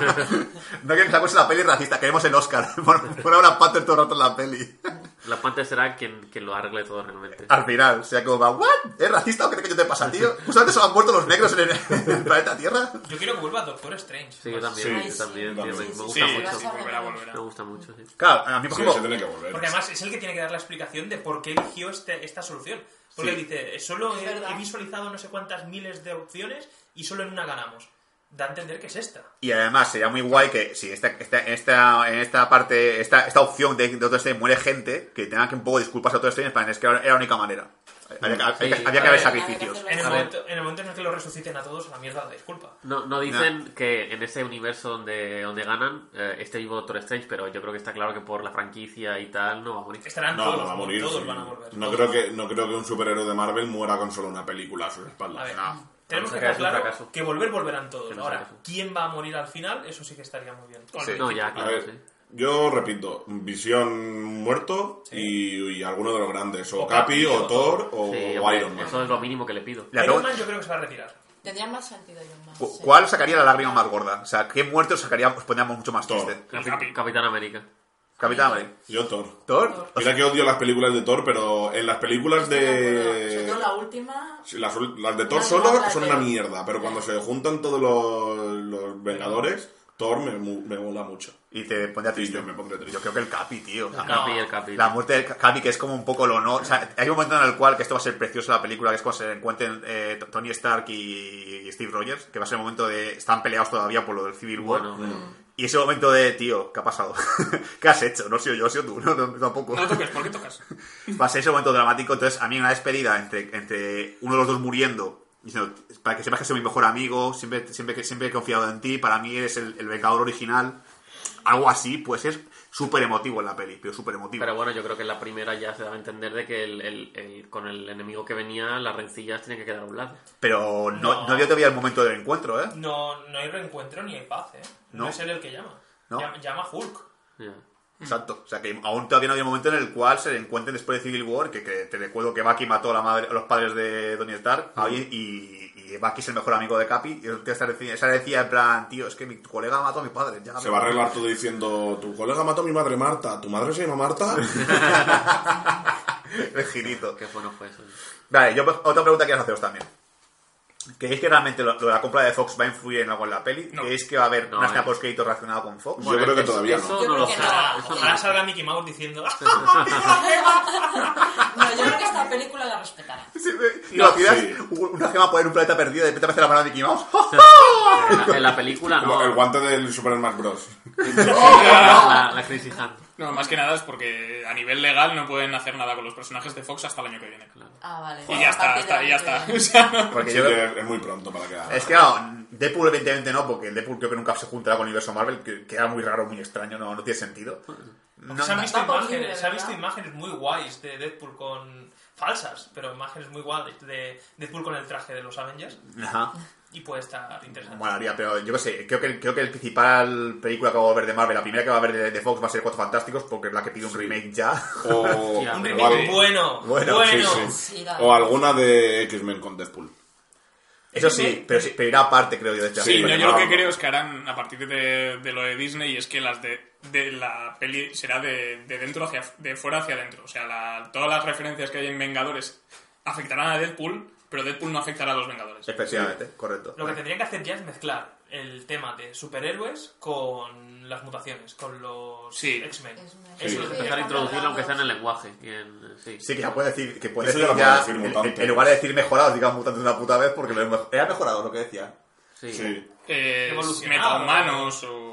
no quiero que sacamos la peli racista, queremos el Oscar. Por, por hablar Panther todo el rato en la peli. La Panther será quien, quien lo arregle todo realmente. Al final, o sea, como va, ¿what? ¿Es racista o qué crees que yo te pasa, tío? ¿Usualmente se han muerto los negros en el, en el planeta Tierra? Yo quiero que vuelva Doctor Strange. Sí, yo también, Sí, yo también, tío, también. me, me Sí, gusta mucho. sí, volverá, volverá. Me gusta mucho, sí. Claro, a mí, por Sí, se ejemplo, tiene que volver. pues, Porque además es el que tiene que dar la explicación de por qué eligió este- esta solución. Porque Sí. dice, solo Es he, verdad. he visualizado no sé cuántas miles de opciones y solo en una ganamos. Da a entender que es esta. Y además sería muy guay que si esta, esta, esta, en esta parte, esta, esta opción de, de Doctor Strange muere gente, que tenga que un poco disculparse a Doctor Strange, en plan, es que era la única manera. Había, que- había que- había que haber Sí. sacrificios. En el, A ver. momento, en el momento en el que lo resuciten a todos, a la mierda, la disculpa. No, no dicen que en ese universo donde, donde ganan eh, esté vivo Doctor Strange, pero yo creo que está claro que por la franquicia y tal no va a morir. Estarán No, todos, no va a morir. todos sí. van a volver. No todos. creo, que, no creo que un superhéroe de Marvel muera con solo una película a sus A espaldas. ver, No. tenemos Vamos a que estar sacar es un claro fracaso. que volver volverán todos. Que no Ahora, fracaso. quién va a morir al final, eso sí que estaría muy bien. Sí. No, ya, A claro, sí. ver, yo repito, Visión muerto y, y alguno de los grandes. O, O Capi, Capi, o o Thor, o, Sí, o hombre, Iron Man. Eso es lo mínimo que le pido. La Iron pregunta- Man yo creo que se va a retirar. Tendría más sentido yo más. ¿Cu- sí. ¿Cuál sacaría la lágrima más gorda? O sea, ¿qué muerto sacaría, os pondríamos mucho más Todo. triste? El Capi. Capitán América. Capitán Marvel. Yo Thor. Thor. O sea, Mira que odio las películas de Thor, pero en las películas Sobre de... todo la última. Sí, Las, ul- las de Thor Las solo guardas, son pero- una mierda, pero cuando se juntan todos los, los Vengadores, Thor me, mu- me mola mucho. y te pondría Sí, triste. yo me pondré triste. Yo creo que el Capi, tío. El Capi, el Capi. La muerte del Capi, que es como un poco lo no. O sea, hay un momento en el cual, que esto va a ser precioso la película, que es cuando se encuentren eh, Tony Stark y, y Steve Rogers, que va a ser el momento de. Están peleados todavía por lo del Civil War. Bueno, pero- Y ese momento de, tío, ¿qué ha pasado? ¿Qué has hecho? No he sido yo, he sido tú, no, no, tampoco. No toques, ¿por qué tocas? Va a ser ese momento dramático, entonces a mí una despedida entre, entre uno de los dos muriendo, diciendo, para que sepas que soy mi mejor amigo, siempre, siempre, que- siempre he confiado en ti, para mí eres el, el vengador original, algo así, pues es súper emotivo en la peli, pero súper emotivo. Pero bueno, yo creo que en la primera ya se daba a entender de que el- el- el- con el enemigo que venía las rencillas tienen que quedar a un lado. Pero no, no. No. había todavía el momento del encuentro, ¿eh? No, no hay reencuentro ni hay paz, ¿eh? No, No. es él el que llama. No. Llama, llama Hulk. Ya. Mm. Exacto. O sea, que aún todavía no había un momento en el cual se encuentren después de Civil War, que, que te recuerdo que Bucky mató a, la madre, a los padres de Tony Mm. Stark, ahí- y, y Bucky es el mejor amigo de Capi, y el tío Stark decía, Stark decía en plan, tío, es que mi colega mató a mi padre. ya Se me- va a arreglar todo diciendo, tu colega mató a mi madre Marta, ¿tu madre se llama Marta? El girito. Qué bueno fue eso. Vale, yo pues, otra pregunta que haceros también. ¿Creéis que realmente lo, lo de la compra de Fox va a influir en algo en la peli? No. ¿Creéis que va a haber No, unas eh. capas créditos relacionadas con Fox? Yo creo que todavía no. eso Yo no creo lo que sé. no. Eso no Ojalá lo sé. salga Mickey Mouse diciendo "Ah, No, yo creo que esta película la respetará. Sí, me- ¿Imaginas sí. una gema poner un planeta perdido y de repente aparece la mano de Mickey Mouse? En la, en la película Como no. el guante del Super Smash Bros. La, la Crisis Hunt. No, más que nada es porque a nivel legal no pueden hacer nada con los personajes de Fox hasta el año que viene. Ah, vale. Y ya está, hasta, ya está. O sea, no. Porque Sí yo que es muy pronto para quedar. Es que claro, Deadpool evidentemente no, porque el Deadpool creo que nunca se juntará con el universo Marvel, que, que era muy raro, muy extraño, no, no tiene sentido. No, se han no- visto Está por imágenes, libre, se han visto ¿verdad? imágenes muy guays de Deadpool con falsas, pero imágenes muy guays de Deadpool con el traje de los Avengers Ajá. y puede estar interesante. Molaría, pero yo qué sé, creo que, creo que el principal película que va a haber de Marvel, la primera que va a haber de, de Fox va a ser Cuatro Fantásticos, porque es la que pide un remake ya. O, Hostia, Un o remake al- bueno, Bueno, bueno. sí, sí. Sí, dale. O alguna de X-Men con Deadpool. Eso sí, pero, sí- pero irá aparte, creo yo, de esta Sí, Sí, película. no, yo lo que no. creo es que harán a partir de, de lo de Disney es que las de, de la peli será de, de dentro hacia de fuera hacia adentro. O sea, la- todas las referencias que hay en Vengadores afectarán a Deadpool, pero Deadpool no afectará a los Vengadores. Efectivamente, correcto. Lo que tendrían que hacer ya es mezclar el tema de superhéroes con las mutaciones, con los Sí. X-Men. X-Men. Eso Sí. es lo que- Empezar a introducirlo aunque sea en el lenguaje. y en- sí. Sí, que ya puede decir, que puede Eso ya decir lo puede ya, decir en- en, mutante. en lugar de decir mejorados, digamos mutantes una puta vez, porque lo he mej- era mejorado lo que decía. Sí. Sí. Eh, Evolucionado. metahumanos o...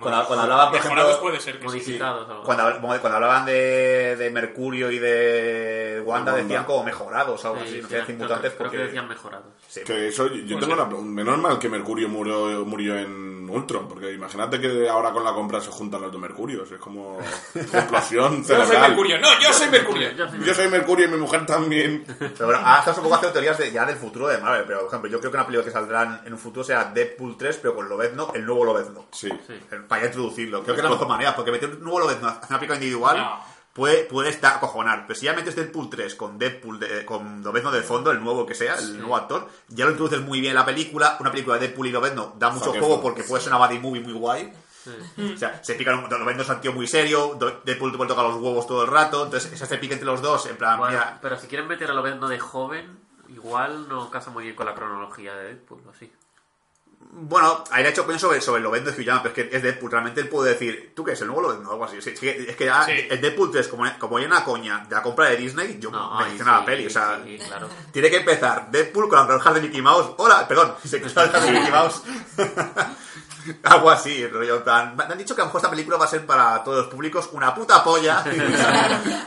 Cuando, cuando hablaba, por Mejorados ejemplo, puede ser que sí. Modificados. algo. Cuando, habl- como de- cuando hablaban de, de Mercurio y de Wanda, Wanda. decían como mejorados o algo Sí, así. No sí, sé, decían no, mutantes Creo porque... que decían mejorados. Sí. Que eso, yo tengo una pregunta. Menos mal que Mercurio murió, murió en Ultron, porque imagínate que ahora con la compra se juntan los dos Mercurios. Es como explosión Yo soy cerebral. Mercurio, no, yo soy Mercurio. Yo sí me- Yo soy Mercurio y mi mujer también. Pero bueno, ahora estamos un poco haciendo teorías de- ya del futuro de Marvel, pero por ejemplo, yo creo que una película que saldrá en un futuro sea Deadpool 3, pero con Lobezno, el nuevo Lobezno. Sí. sí. El- Para ya introducirlo. Creo que es la mejor manera, porque meter un nuevo Lobezno, hacer una película individual, No. puede, puede estar acojonar. Pero si ya metes Deadpool 3 con Deadpool, de- con Lobezno de fondo, el nuevo que sea, el nuevo actor, ya lo introduces muy bien en la película. Una película de Deadpool y Lobezno da mucho Joder, juego sí. porque puede ser una buddy movie muy guay. O sea, se pican, un- Lobezno es un tío muy serio, Do- Deadpool te puede tocar los huevos todo el rato, entonces se hace pique entre los dos, en plan, Bueno, mira, pero si quieren meter a Lobezno de joven, igual no casa muy bien con la cronología de Deadpool, o sí. Bueno, ahí le he hecho coño sobre, sobre Lobezno y Hugh Jackman, pero es que es Deadpool. Realmente él puede decir, ¿tú qué es? ¿El nuevo Lobezno o algo así? Es que, es que ya Sí. el Deadpool 3, como, como hay una coña de la compra de Disney, yo No, me ahí menciono la sí, peli. o sea, sí, claro. tiene que empezar Deadpool con las relojas de Mickey Mouse. ¡Hola! Perdón, se quitó las relojas de Mickey Mouse. algo así, rollo tan... Me han dicho que a lo mejor esta película va a ser para todos los públicos una puta polla.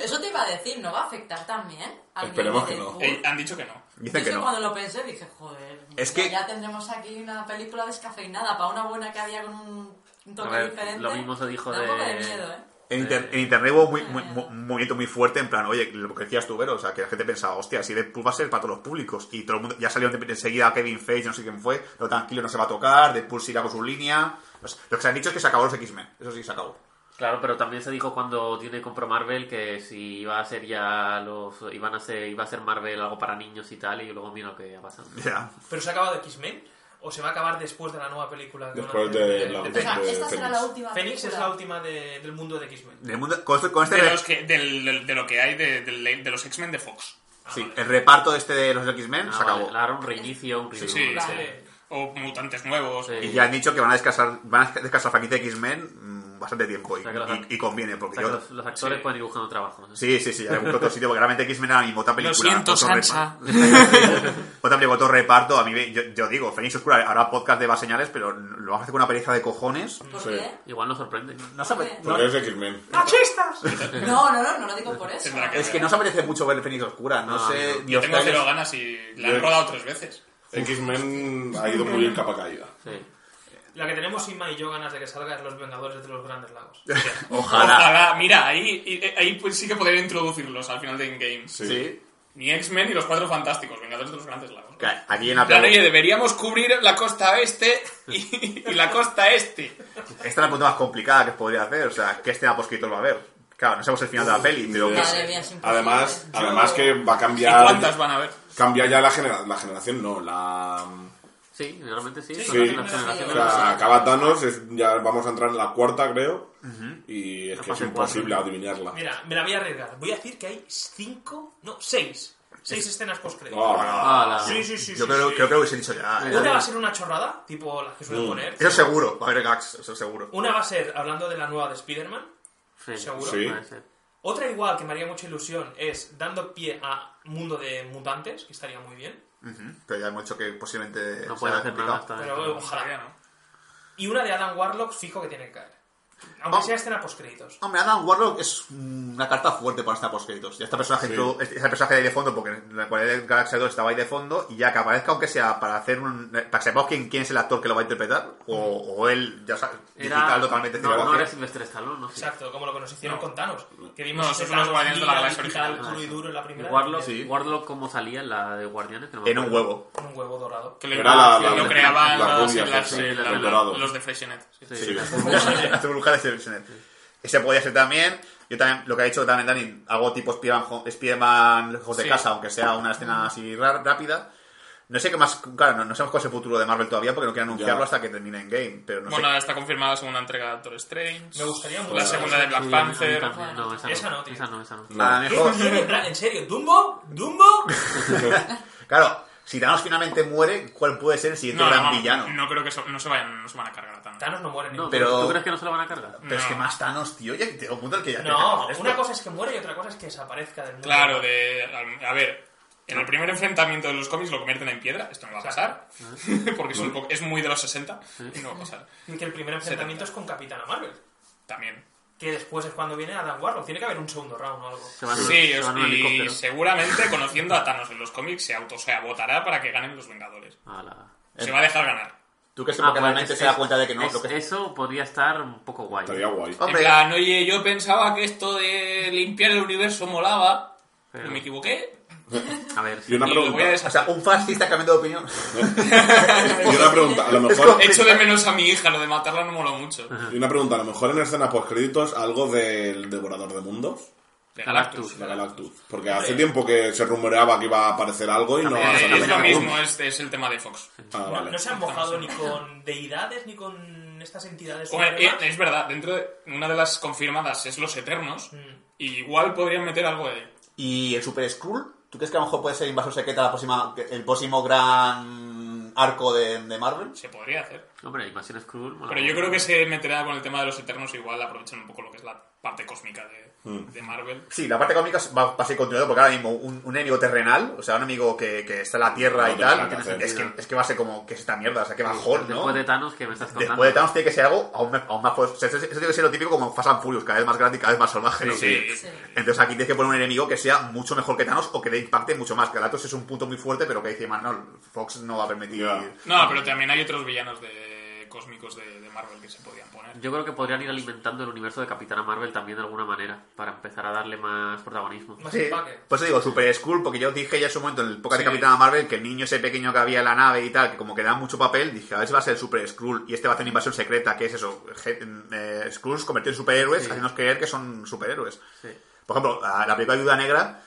Eso te iba a decir, ¿no va a afectar también? al Esperemos nivel que de no. Hulk? Eh, han dicho que no. Dicen Es que que no. cuando lo pensé dije, joder, Es ya- que- ya tendremos aquí una película descafeinada para una buena que había con un un toque A ver, diferente. lo mismo se dijo Da un de- poco de miedo, ¿eh? En, inter- en internet hubo muy- muy- mu- un movimiento muy fuerte en plan, oye, lo que decías tú, Vero, o sea, que la gente pensaba, hostia, si Deadpool va a ser para todos los públicos. Y todo el mundo, ya salió de- enseguida Kevin Feige, no sé quién fue, pero tranquilo, no se va a tocar, Deadpool siga con su línea. O sea, Lo que se han dicho es que se acabó los X-Men, eso sí, se acabó. Claro, pero también se dijo cuando tiene compro Marvel que si iba a ser ya los iban a ser iba a ser Marvel algo para niños y tal y luego mira lo que ha pasado. Ya. Pero se ha acabado X-Men. o se va a acabar después de la nueva película. de Después una- de la O sea, de esta será Fénix. la última. Fénix es película. la última de- del mundo de X-Men. Del mundo- con este, con este De, re- los que, del- del- de lo que hay de, del- de los X-Men de Fox. sí, el reparto este de los X-Men Ah, se acabó. vale, claro, un reinicio, un Sí, reboot. sí, Vale. sí. O mutantes nuevos. Sí. Y ya han dicho que van a descansar, van a descansar franquicia de X-Men mm, bastante tiempo y, O sea que los act- y- y conviene O porque sea, que yo... los, los actores pueden ir buscando trabajo. ¿no? Sí, sí, sí, ya busco otro sitio porque realmente X-Men era mi otra película. siento, otro repa- Sansa. otra película, otro reparto. A mí, me- yo, yo digo, Fénix Oscura habrá podcast de señales, pero lo vamos a hacer con una pereza de cojones. ¿Por Sí. qué? Igual nos sorprende. No se apete- Porque es X-Men. No, no, no, no lo digo por eso. Tendrá es que no se apetece mucho ver Fénix Oscura, no, No, sé... no. Yo Dios, tengo tal vez- cero ganas y la Yo- han rodado tres veces. X-Men ha ido muy bien capa caída. Sí. La que tenemos Inma y yo ganas de que salga es Los Vengadores de los Grandes Lagos. Ojalá. Mira, ahí, y- ahí pues sí que podrían introducirlos al final de Endgame. Sí. Sí. Ni X-Men ni los Cuatro Fantásticos, Vengadores de los Grandes Lagos. Que Aquí en la En plan, oye, pregunta, deberíamos cubrir la costa este y, y la costa este. esta es la pregunta más complicada que podría hacer, o sea, ¿qué escena poscritos va a haber? Claro, no sabemos el final de la peli, pero... Ni que- idea. Madre mía, es imposible. Además, Yo- además que va a ¿Y cambiar. cuántas van a ver? Cambia ya la, genera- la generación, no, la. Sí, realmente sí. Sí, son Sí, las o generaciones. no sé. sea, acaba Thanos, es- ya vamos a entrar en la cuarta, creo. Y es La que es fase imposible adivinarla. Mira, me la voy a arriesgar. Voy a decir que hay cinco, no, seis. Seis escenas post-crédito. Ah, Ala. Sí, sí, sí. Yo sí, creo, sí. creo que lo hubiese dicho ya. ¿eh? Una va a ser una chorrada, tipo las que Mm. suelen poner. Eso seguro, va a haber gags, eso seguro. Una va a ser hablando de la nueva de Spider-Man. Sí, Seguro. Sí. puede ser. Otra igual que me haría mucha ilusión es dando pie a Mundo de Mutantes, que estaría muy bien. Ujú, Pero ya hemos dicho que posiblemente. No sea pueden hacer nada complicado. hasta Pero dentro. ojalá. Y una de Adam Warlock fijo que tiene que caer. Aunque Oh. sea escena post-créditos. Hombre, Adam Warlock es una carta fuerte para esta postcréditos. Ya este personaje, Sí. entró- este- ese personaje de ahí de fondo, porque en la cual el Galaxy 2 estaba ahí de fondo, y ya que aparezca, aunque sea para hacer un. para que sepamos quién, quién es el actor que lo va a interpretar, o, o él, ya sabes, Era- digital totalmente. No, cirugía. no era Sylvester Stallone, no sé. Exacto, como lo que nos hicieron con Thanos. Que vimos No, eso es unos Guardianes de la vida Galaxia digital original. puro y duro en la primera. Warlock, Sí. Warlock, ¿cómo salía en la de Guardianes? Que no me en un acuerdo. huevo. Un huevo dorado. Que le- Era la- que la- lo creaban la los, rubia, las- sí, eh, la- el la- dorado. los de Freshenet. Sí. Sí. Hacer burbujas Este de Seleccioner. Ese podía ser también. Yo también, lo que ha dicho también Dani, algo tipo Spiderman, jo- Spiderman lejos de Sí. casa, aunque sea una escena así ra- rápida. No sé qué más, claro, no, no sabemos cuál es el futuro de Marvel todavía porque no quieren anunciarlo Ya. hasta que termine en game, pero no Bueno, sé. está confirmada la segunda entrega de Doctor Strange. Me gustaría mucho. La segunda de Black Sí, Panther. a mí también. No, esa no. Esa no, tío. Esa no, esa no. A lo mejor, En plan, en serio, Dumbo, Dumbo. claro, si Thanos finalmente muere, ¿cuál puede ser el siguiente No, gran no, villano? no creo que so- no se vayan, no se van a cargar a tanto. Thanos no muere ni No, Pero- ¿Tú crees que no se lo van a cargar? Pero es que no. más Thanos, tío, ya te punto el que ya No, esto. una cosa es que muere y otra cosa es que desaparezca del mundo. Claro, de a a ver, en el primer enfrentamiento de los cómics lo convierten en piedra, esto no va a pasar, porque es, un poco- es muy de los 60 y no va a pasar. Y que el primer enfrentamiento es con Capitana Marvel. También. Que después es cuando viene Adam Warlock. Tiene que haber un segundo round o algo. Se van, Sí, se van en y un helicóptero. seguramente conociendo a Thanos en los cómics se autosabotará para que ganen los Vengadores. Ala. Se va a dejar ganar. ¿Tú crees que Ah, porque pues realmente es- se da es- cuenta de que no? es- lo que- Eso podría estar un poco guay. estaría guay. Hombre, En plan, oye, yo pensaba que esto de limpiar el universo molaba, Pero- pero me equivoqué A ver, Y sí. una y lo voy a pregunta. o sea, deshacer. un fascista cambiando de opinión. Y una pregunta, a lo Es mejor. como- Echo de menos a mi hija, lo de matarla no mola mucho. Y una pregunta, a lo mejor en escena post créditos algo del devorador de mundos, De Eh, Galactus. Galactus. la Galactus. Porque hace tiempo que se rumoreaba que iba a aparecer algo y no ha Eh, salido es lo nada. mismo, eh. es, es el tema de Fox. Ah, No, vale. no se han mojado ni con deidades ni con estas entidades. Hombre, eh, supremas. es verdad, dentro de una de las confirmadas es Los Eternos. y Igual podrían meter algo de. ¿Y el Super Skrull? ¿Tú crees que a lo mejor puede ser Invasor Secreta la próxima, el próximo gran arco de, de Marvel? Se podría hacer. Hombre, Invasión Skrull. mola Pero yo mucho. creo que se meterá con el tema de los Eternos. Igual aprovechan un poco lo que es la parte cósmica de, de Marvel. Sí, la parte cómica va, va a ser continuada porque ahora mismo un, un enemigo terrenal, o sea, un enemigo que, que está en la Tierra No y tiene nada que tal, hacer. es que, es que va a ser como, que es esta mierda? O sea, que bajón, ¿no? Después de Thanos, que me estás Pues contando. Después de Thanos tiene que ser algo aún, me- aún más poderoso. O sea, eso, eso tiene que ser lo típico como Fast and Furious, cada vez más grande y cada vez más salvaje, ¿no? Sí. Sí. Entonces aquí tienes que poner un enemigo que sea mucho mejor que Thanos o que le impacte mucho más. Galactus es un punto muy fuerte, pero que dice, man, no, Fox no va a permitir... Ya. No, pero también hay otros villanos de cósmicos de, de Marvel que se podían poner. Yo creo que podrían ir alimentando el universo de Capitana Marvel también de alguna manera, para empezar a darle más protagonismo. eh, Más Sí, empaque. pues te digo, Super Skrull, porque yo dije ya en su momento en el podcast de Sí. Capitana Marvel que el niño ese pequeño que había en la nave y tal, que como que da mucho papel, dije, a ver si va a ser Super Skrull y este va a hacer una invasión secreta, que es eso, gen- eh, Skrulls convertidos en superhéroes, haciéndonos creer que son superhéroes. Sí. Por ejemplo, a la película Viuda Negra,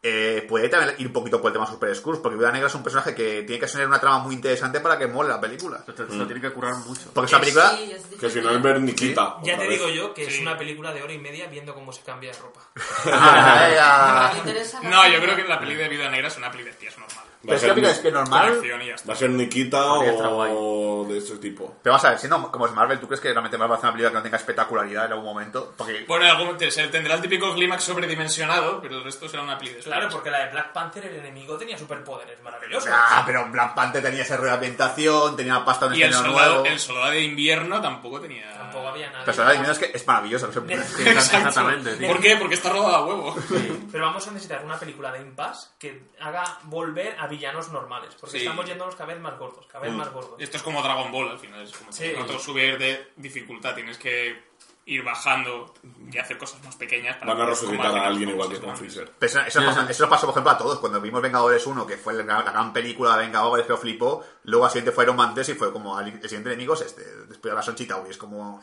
Eh, puede también ir un poquito por el tema de Super Skulls, porque Viuda Negra es un personaje que tiene que tener una trama muy interesante para que mole la película. Se, se lo tiene que curar mucho. Porque es una pues película Sí, es Que si difícil. no es ver Nikita. Ya otra te vez. digo yo que es una película de hora y media viendo cómo se cambia de ropa. Ah, ya. Me interesa la No, yo película. creo que la peli de Vida Negra es una peli de tías normal. Pero es que mira, es que normal. Acción y ya está. Va a ser Nikita Podría estar guay. o de ese tipo. Pero vas a ver, siendo como es Marvel, ¿tú crees que realmente Marvel va a hacer una película que no tenga espectacularidad en algún momento? Porque Bueno, en algún momento se tendrá el típico clímax sobredimensionado, pero el resto será una peli de Claro, espías. porque la de Black Panther, el enemigo, tenía superpoderes maravillosos. Ah, pero Black Panther tenía esa reorientación, tenía pasta en Y el escenario soldado, nuevo. el soldado de invierno tampoco tenía... Tampoco había nada. Pero Soldado de Invierno es que es maravilloso. no sé por qué. Necesito- Exacto. Exactamente. tío. ¿Por qué? Porque está rodada a huevo. Pero vamos a necesitar una película de Impasse que haga volver a villanos normales. Porque Sí. estamos yéndonos cada vez más gordos, cada Mm. vez más gordos. Esto es como Dragon Ball al final. Es como Sí. no te subir de dificultad, tienes que ir bajando y hacer cosas más pequeñas. para Van a poder resucitar combatir a las alguien igual que cosas con grandes. Freezer. Pero eso, eso nos pasa, eso nos pasó, por ejemplo, a todos. Cuando vimos Vengadores 1, que fue la, gran- la gran película de Vengadores que lo flipó, luego al siguiente fue Iron Man 3 y fue como al- el siguiente enemigo es este. Después de la Sonchita, y es como.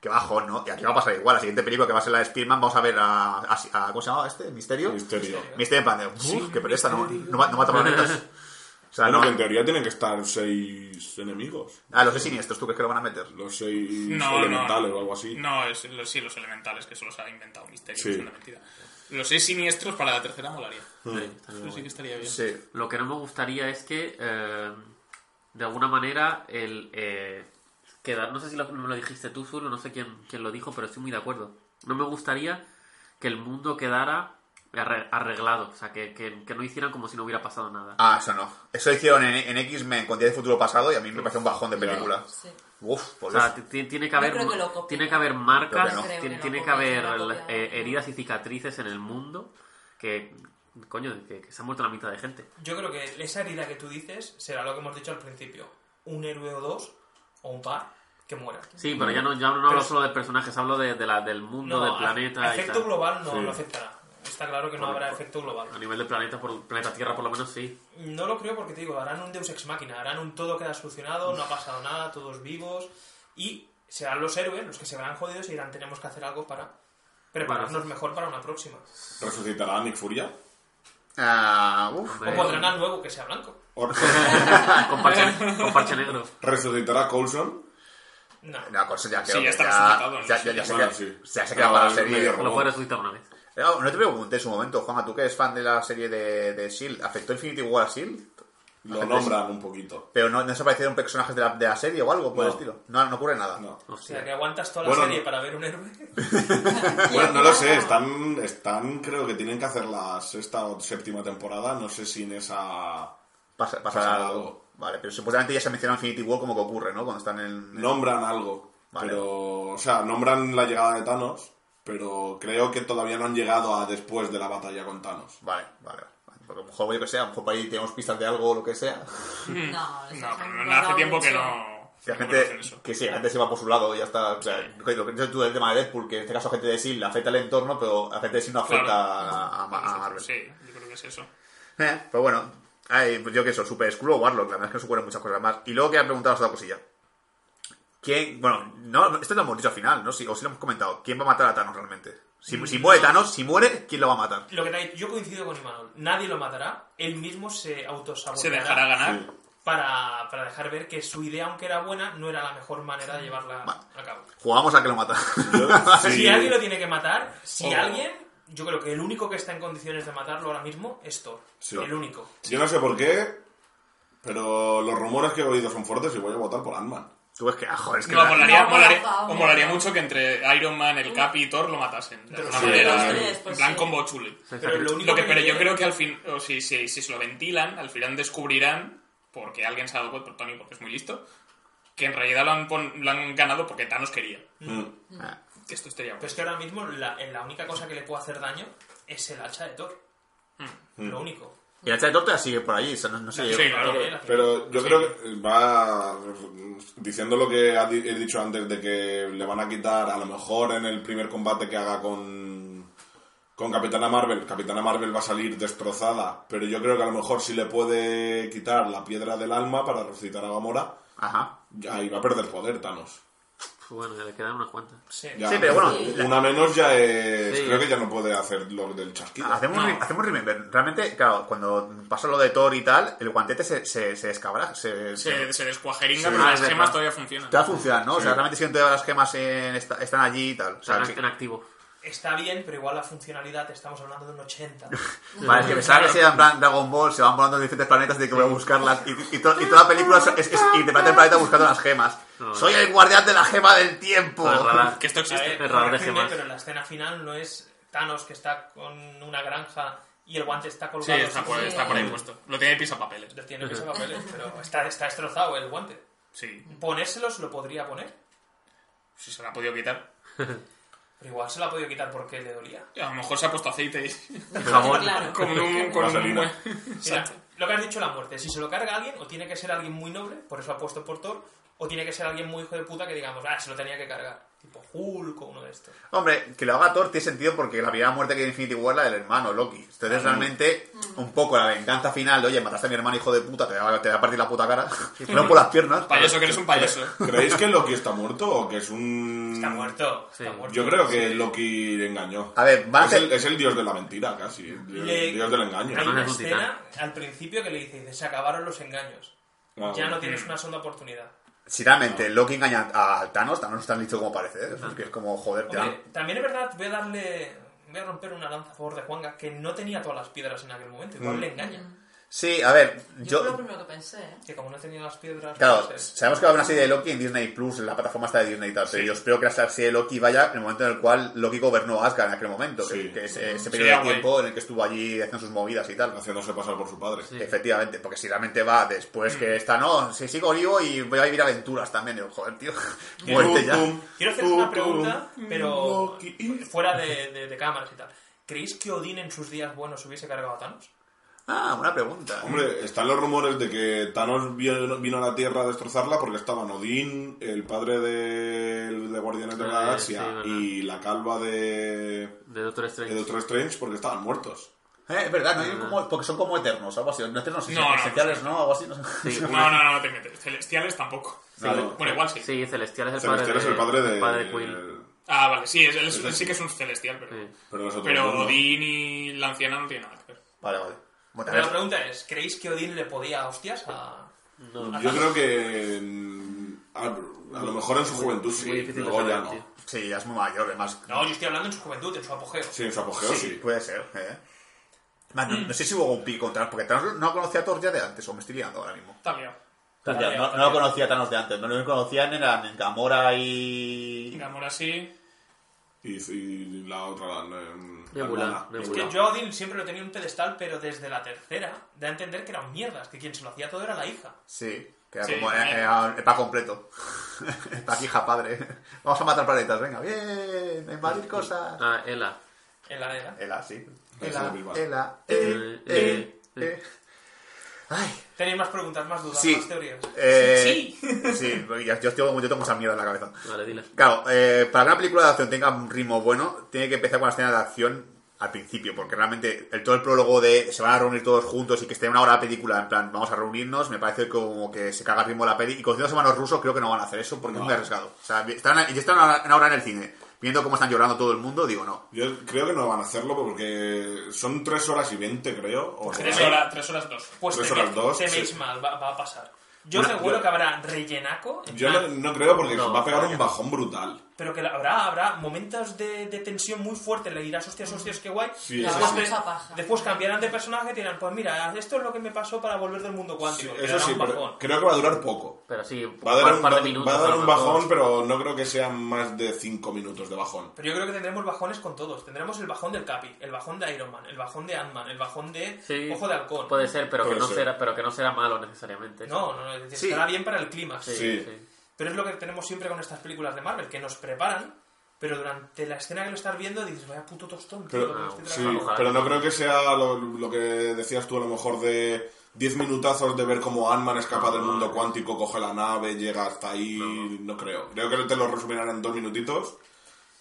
Que bajo, ¿no? Y aquí va a pasar igual. La siguiente película que va a ser la de Spearman, vamos a ver a. a- a- ¿Cómo se llama este? ¿Misterio? Misterio. Misterio en plan de. "Uf, qué pereza, ¿no? No, va- no mata planetas. O sea, Bueno, no. que en teoría tienen que estar seis enemigos. Ah, los de siniestros, ¿tú crees que lo van a meter? Los seis No, no, elementales no. o algo así. No, es, los- sí, los elementales que solo se ha inventado Misterio. Sí. Es una mentira. Los seis siniestros para la tercera molaría. Sí, está bien Eso sí que estaría bien. Sí. Lo que no me gustaría es que, eh, de alguna manera, el eh, quedar, no sé si lo, me lo dijiste tú solo, no sé quién, quién lo dijo, pero estoy muy de acuerdo. No me gustaría que el mundo quedara arre- arreglado, o sea, que, que- que no hicieran como si no hubiera pasado nada. Ah, eso no. Eso hicieron en, en X-Men con Días de Futuro Pasado y a mí me parece un bajón de película. Sí. Uf, O por Dios. sea, ti- ti- tiene que haber, creo que lo ma- copien. tiene que haber Creo que marcas, no. Creo ti- que tiene, lo que copien, haber que lo copian. eh, heridas y cicatrices en el mundo que, coño, que, que se ha muerto la mitad de gente. Yo creo que esa herida que tú dices será lo que hemos dicho al principio. Un héroe o dos, o un par, que mueran. Sí, pero ya no, ya no hablo solo de personajes, hablo de, de la, del mundo, del a- planeta. y Efecto tal. global no, Sí. no afectará. Está claro que no habrá efecto global. A nivel de planeta, por planeta Tierra por lo menos sí. No lo creo porque te digo, harán un Deus ex máquina, harán un todo queda solucionado, no ha pasado nada, todos vivos. Y serán los héroes los que se verán jodidos y dirán: Tenemos que hacer algo para prepararnos Bueno, mejor para una próxima. ¿Resucitará a Nick Furia? Ah, uf. O pondrán al nuevo que sea blanco. ¿O- Con parche, con parche negro. ¿Resucitará a Coulson? No. No, con eso ya creo Sí, ya que está resucitado, ¿no? ya, ya, ya, se Bueno, queda- sí. ya se queda para la Pero serie. medio Lo puede resucitar una vez. Eh, No te pregunté en su momento, Juanma, tú que eres fan de la serie de, de S.H.I.E.L.D. E ¿Afectó Infinity War a S.H.I.E.L.D.? Lo Gente- nombran un poquito. E Pero no, no se aparecieron personajes de la, de la serie o algo por el No. estilo. No, no ocurre nada. No. O sea, que aguantas toda la Bueno, serie no. para ver un héroe. Bueno, no lo sé, están, están, creo que tienen que hacer la sexta o séptima temporada, no sé si en esa Pasa, pasa Pasa algo. algo. Vale, pero supuestamente ya se menciona Infinity War como que ocurre, ¿no? Cuando están en... nombran algo, Vale. pero, o sea, nombran la llegada de Thanos, pero creo que todavía no han llegado a después de la batalla con Thanos. Vale, vale. vale. Porque a lo mejor, yo que sea, a lo mejor por ahí tenemos pistas de algo o lo que sea. No, eso Mm. No, se han pero no hace guardado tiempo que mucho. no... Que la no gente, conocen eso. que sí, la gente se va por su lado y ya está. O sea, lo que lo que dices tú del tema de Deadpool, que en este caso gente de SIL afecta al entorno, pero a gente de SIL E no afecta Claro. a, a- a Marvel. Sí, yo creo que es eso. Eh, pero bueno, ay, pues yo que eso, Super Screw o Warlock, la verdad es que no ocurren muchas cosas más. Y luego que han preguntado otra cosilla. ¿Quién, bueno, no, esto lo hemos dicho al final, ¿no? Sí, o sí lo hemos comentado. ¿Quién va a matar a Thanos realmente? Si, si muere Thanos, si muere, ¿quién lo va a matar? Lo que te ha dicho, yo coincido con Imanol. Nadie lo matará, él mismo se autosaboteará. Se dejará ganar. Para, para dejar ver que su idea, aunque era buena, no era la mejor manera de llevarla Vale. a cabo. Jugamos a que lo mata. Yo- sí. Ah, Si alguien lo tiene que matar, si O- alguien, yo creo que el único que está en condiciones de matarlo ahora mismo es Thor. Sí. El único. Yo no sé por qué, pero los rumores que he oído son fuertes y voy a votar por Ant-Man. Tú ves que, ah, joder, es que No, la- molaría, No, molaría- mola, o molaría mola. mucho que entre Iron Man, el Capi y Thor lo matasen. De alguna Sí, manera. los tres, en pues plan sí. combo chule. Pero lo único Lo que, que pero me yo viene- creo que al fin, o si, si, si se lo ventilan, al final descubrirán, porque alguien se ha dado cuenta, por Tony, porque es muy listo, que en realidad lo han, pon- lo han ganado porque Thanos quería. Mm. Ah, Que esto estaría Pero bueno. es que ahora mismo la, la única cosa que le puede hacer daño es el hacha de Thor. Lo único. Y la hacha de Torta sigue por ahí, o sea, no, no sé. Sí, yo- claro. Pero yo creo que va diciendo lo que ha di- he dicho antes de que le van a quitar a lo mejor en el primer combate que haga con con Capitana Marvel. Capitana Marvel va a salir destrozada, pero yo creo que a lo mejor si le puede quitar la piedra del alma para resucitar a Gamora, Ajá. ahí va a perder poder Thanos. Bueno, ya le quedan unas cuantas. Pues Sí. Ya. Sí, pero bueno, Sí. la- Una menos ya es. Sí. Creo que ya no puede hacer lo del chasquido. Hacemos, re- hacemos remember. Realmente, claro, cuando pasa lo de Thor y tal, el guantete se, se, se descabra, se, Se, se descuajeringa, Sí. pero Ah, las es verdad. gemas todavía funcionan. te va a funcionar, ¿no? O sea, realmente siguen todas las gemas en- esta- están allí y tal. O sea, Están que- en activo. Está bien, pero igual la funcionalidad estamos hablando de un 80. Vale, es que pensaba que sea en plan Dragon Ball, se van volando en diferentes planetas y que voy a buscarlas. Y, y to- y toda la película es, es- es ir de planeta en planeta buscando las gemas. No, Soy el guardián de la gema del Oh. tiempo. Con el radar. Que esto A existe. ver, error de corregidme, gemas. pero en la escena final no es Thanos que está con una granja y el guante está Sí, colgado. está por, Sí. está por ahí puesto. Lo tiene el pisapapeles. Lo Tiene que ser papeles, pero está, está destrozado el guante. Sí, Ponérselos lo podría poner, sí se la ha podido quitar. pero igual se lo ha podido quitar porque le dolía. A lo mejor se ha puesto aceite y... Jabón. Claro. con un... Con un Vaselina. Mira, lo que has dicho la muerte, si se lo carga alguien, o tiene que ser alguien muy noble, por eso ha puesto por Thor, o tiene que ser alguien muy hijo de puta que digamos, ah, se lo tenía que cargar. Tipo Hulk o uno de estos. Hombre, que lo haga Thor tiene sentido porque la primera muerte que hay en Infinity War es la del hermano Loki. Entonces, realmente, un poco la venganza final de, oye, mataste a mi hermano, hijo de puta, te va, te va a partir la puta cara. no por las piernas. Payaso, que eres un payaso. ¿Creéis que Loki está muerto o que es un. Está muerto, está Sí. muerto. Mm, Yo creo que Loki engañó. A ver, va a es, ser- el, es el dios de la mentira, casi. El dios, Le- dios del engaño. Hay No una es un escena al principio que le dice, dice, se acabaron los engaños. Ah, ya bueno. no tienes una segunda oportunidad. Si realmente Loki engaña a Thanos, Thanos es tan listo como parece. ¿eh? Es que es como, joder, te Hombre, dan- también es verdad, voy a darle. Voy a romper una lanza a favor de Juanga, que no tenía todas las piedras en aquel momento. Mm. Igual le engaña. Sí, a ver, Yo yo... fue lo primero que pensé, ¿eh? Que como no tenía las piedras. pues Claro, puede ser. sabemos que va a haber una serie de Loki en Disney Plus, en la plataforma está de Disney y tal, pero yo espero que la serie de Loki vaya en el momento en el cual Loki gobernó Asgard en aquel momento, que- Sí. que es eh, ese periodo Sería de guay. tiempo en el que estuvo allí haciendo sus movidas y tal. Haciéndose pasar por su padre. Efectivamente, porque si realmente va después que está, no, si sigo vivo y voy a vivir aventuras también, digo, joder, tío, muerte ya. Tum, tum, Quiero hacer tum, una pregunta, tum, pero. Loki. Fuera de, de- de cámaras y tal. ¿Creéis que Odín en sus días buenos hubiese cargado a Thanos? Ah, buena pregunta. Hombre, están los rumores de que Thanos vino, vino a la Tierra a destrozarla porque estaban Odín, el padre de, de Guardianes de la Ah, Galaxia, sí, verdad. y la calva de, De Doctor de Strange. Doctor Strange porque estaban muertos. Eh, es verdad, no Ah. hay como- porque son como eternos, algo así, no eternos, No, no, esenciales, no, algo así, no sé. Sí, No, no, no, no te metes. Celestiales tampoco. Claro. Bueno, igual sí. Sí, Celestial es el padre Celestial de, es el padre de, Quill. Eh, Ah, vale, sí, él, él sí que es un celestial, pero... Mm. Sí. Pero los otros dos Pero no. Odín y la anciana no tienen nada que ver. Vale, vale. Bueno, Pero la también- pregunta es: ¿creéis que Odín le podía a hostias a.? a Yo Thanos? creo que mm, a, a lo mejor en su juventud Muy sí, difícil de luego ya saber, no. tío. sí, ya es muy mayor, además. No, yo estoy hablando en su juventud, en su apogeo. Sí, en su apogeo Sí, Mm. sí. puede ser. ¿eh? Más, no, no sé si hubo un pico contra porque Thanos no conocía a Thor ya de antes, o me estoy liando ahora mismo. También. Ya, no, no lo conocía a Thanos de antes, no lo que conocían eran en Gamora y. Gamora sí. Y, y la otra, la, la- la Nebula. hermana. Es Nebula. que yo a Odín siempre lo tenía en un pedestal, pero desde la tercera, da a entender que eran mierdas, que quien se lo hacía todo era la hija. Sí, que era Sí, como también. eh, era el pack completo. el pack hija padre. Vamos a matar planetas, venga, bien, a invadir cosas. Ah, Ela. En la era. Ela, sí. Esa Ela, es Bilbao. Ela, eh, Eh, eh, eh, eh. Ay, ¿Tenéis más preguntas, más dudas, sí. más teorías? Eh, sí, porque ya- yo, tengo, yo tengo mucha mierda en la cabeza. Vale, dile. Claro, eh, para que una película de acción tenga un ritmo bueno, tiene que empezar con la escena de acción al principio, porque realmente el, todo el prólogo de se van a reunir todos juntos y que esté una hora la película, en plan, vamos a reunirnos, me parece como que se caga el ritmo de la peli. Y conociendo a los hermanos rusos, creo que no van a hacer eso porque es muy arriesgado. O sea, están, yo estoy una, hora- una hora en el cine, viendo cómo están llorando todo el mundo, digo, no. Yo creo que no van a hacerlo porque son 3 horas y 20, creo. o por Tres, ahí. horas, tres horas dos. Pues Tres teméis, horas dos, teméis sí. mal, va, va a pasar. Yo No, seguro yo- que habrá rellenaco, en Yo no, plan, no creo porque No, va a pegar coño. un bajón brutal. pero que la- habrá, habrá momentos de, de tensión muy fuerte, le dirás, hostias, hostias, qué guay. Sí, eso después, sí. Mucha paja. después cambiarán de personaje y dirán, pues mira, esto es lo que me pasó para volver del mundo Ah, cuántico. y le Eso darán sí, un pero bajón. creo que va a durar poco. Pero sí, un Va a dar par, un, par de va- minutos. va a dar un lo mejor. bajón, pero no creo que sean más de 5 minutos de bajón. Pero yo creo que tendremos bajones con todos. Tendremos el bajón del Capi, el bajón de Iron Man, el bajón de Ant-Man, el bajón de Sí, Ojo de Halcón. Puede ser, pero que, Puede no ser. Será, pero que no será malo necesariamente. No, no, no, es decir, Sí. estará bien para el clima. Sí, Sí. sí. Pero es lo que tenemos siempre con estas películas de Marvel, que nos preparan, pero durante la escena que lo estás viendo dices, vaya puto tostón, tío, este Pero- lo que me ah, estoy Sí, tragando". ojalá. pero no creo que sea lo, lo que decías tú a lo mejor de 10 minutazos de ver cómo Ant-Man escapa Ah. del mundo cuántico, coge la nave, llega hasta ahí. No creo. Creo que te lo resumirán en dos minutitos.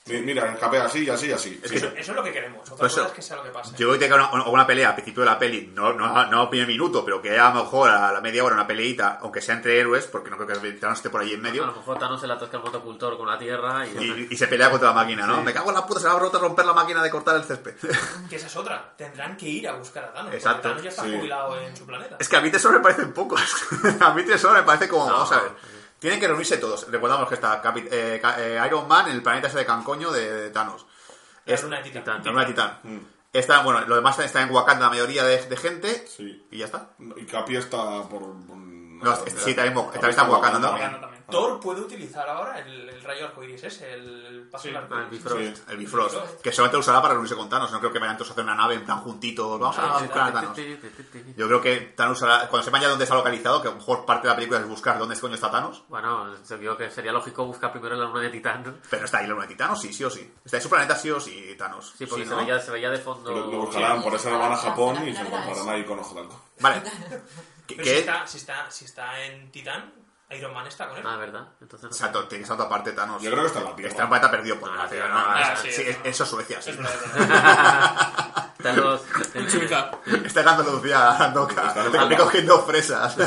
Mi- Mira, escapea así y así y así. Sí. Eso, eso es lo que queremos. Otra Pues cosa eso. es que sea lo que pase. Yo creo que tenga una, una pelea al principio de la peli, no, no, no a primer minuto, pero que a lo mejor a la media hora una peleita, aunque sea entre héroes, porque no creo que Thanos esté por ahí en A lo medio, mejor Thanos se le atasca el motocultor con la tierra y... y, y se pelea contra la máquina, ¿no? Me cago en la puta, se va a roto- romper la máquina de cortar el césped. Que esa es otra. Tendrán que ir a buscar a Thanos. Porque Exacto, Thanos ya está sí. jubilado en su planeta. es que a mí tres horas me parecen pocos. a mí tres horas me parece como, No. vamos a ver. Tienen que reunirse todos. Recordamos que está Capi- eh, Ca- eh, Iron Man en el planeta ese de Cancoño de, de Thanos. La Es- luna de Titán. Titán. La luna de Titán. Está, bueno, lo demás está en Wakanda la mayoría de, de gente. Sí. Y ya está. Y Capi está por... por- No, sí, sí, también mo- también está en Wakanda, ¿no? Wakanda también. Thor puede utilizar ahora el, el rayo arcoiris ese, el, el paso del Ah, el arcoiris. Bifrost. Sí. El Bifrost, que solamente lo usará para reunirse con Thanos. No creo que vayan todos a hacer una nave en plan juntitos. Vamos Ah, a buscar a Thanos. Yo creo que Thanos usará, cuando sepan ya dónde está localizado, que a lo mejor parte de la película es buscar dónde coño está Thanos. Bueno, se vio que sería lógico buscar primero la luna de Titán. ¿no? Pero está ahí la luna de Titanos, sí, sí o sí. Está en su planeta, sí o sí, Thanos. Sí, porque Sí, se, ¿no? veía, se veía de fondo... Lo, lo buscarán, por eso van a Japón y se Era eso. encontrarán ahí con Ojo de Halcón. Vale. ¿Qué, Pero qué- si está, si, está, si está en Titán, Iron Man está con él. Ah, ¿verdad? Entonces... no sé. Exacto, tiene esa otra parte Thanos. Yo creo que está en la Tierra. Está en un planeta perdido por Ah, la sí, Tierra. no, no, no, no, no, sí, sí, es- no. Eso es Suecia, sí. Es verdad. Thanos... Chuta. Está en Andalucía, Andoca. Está en Te Andoca. cogiendo fresas.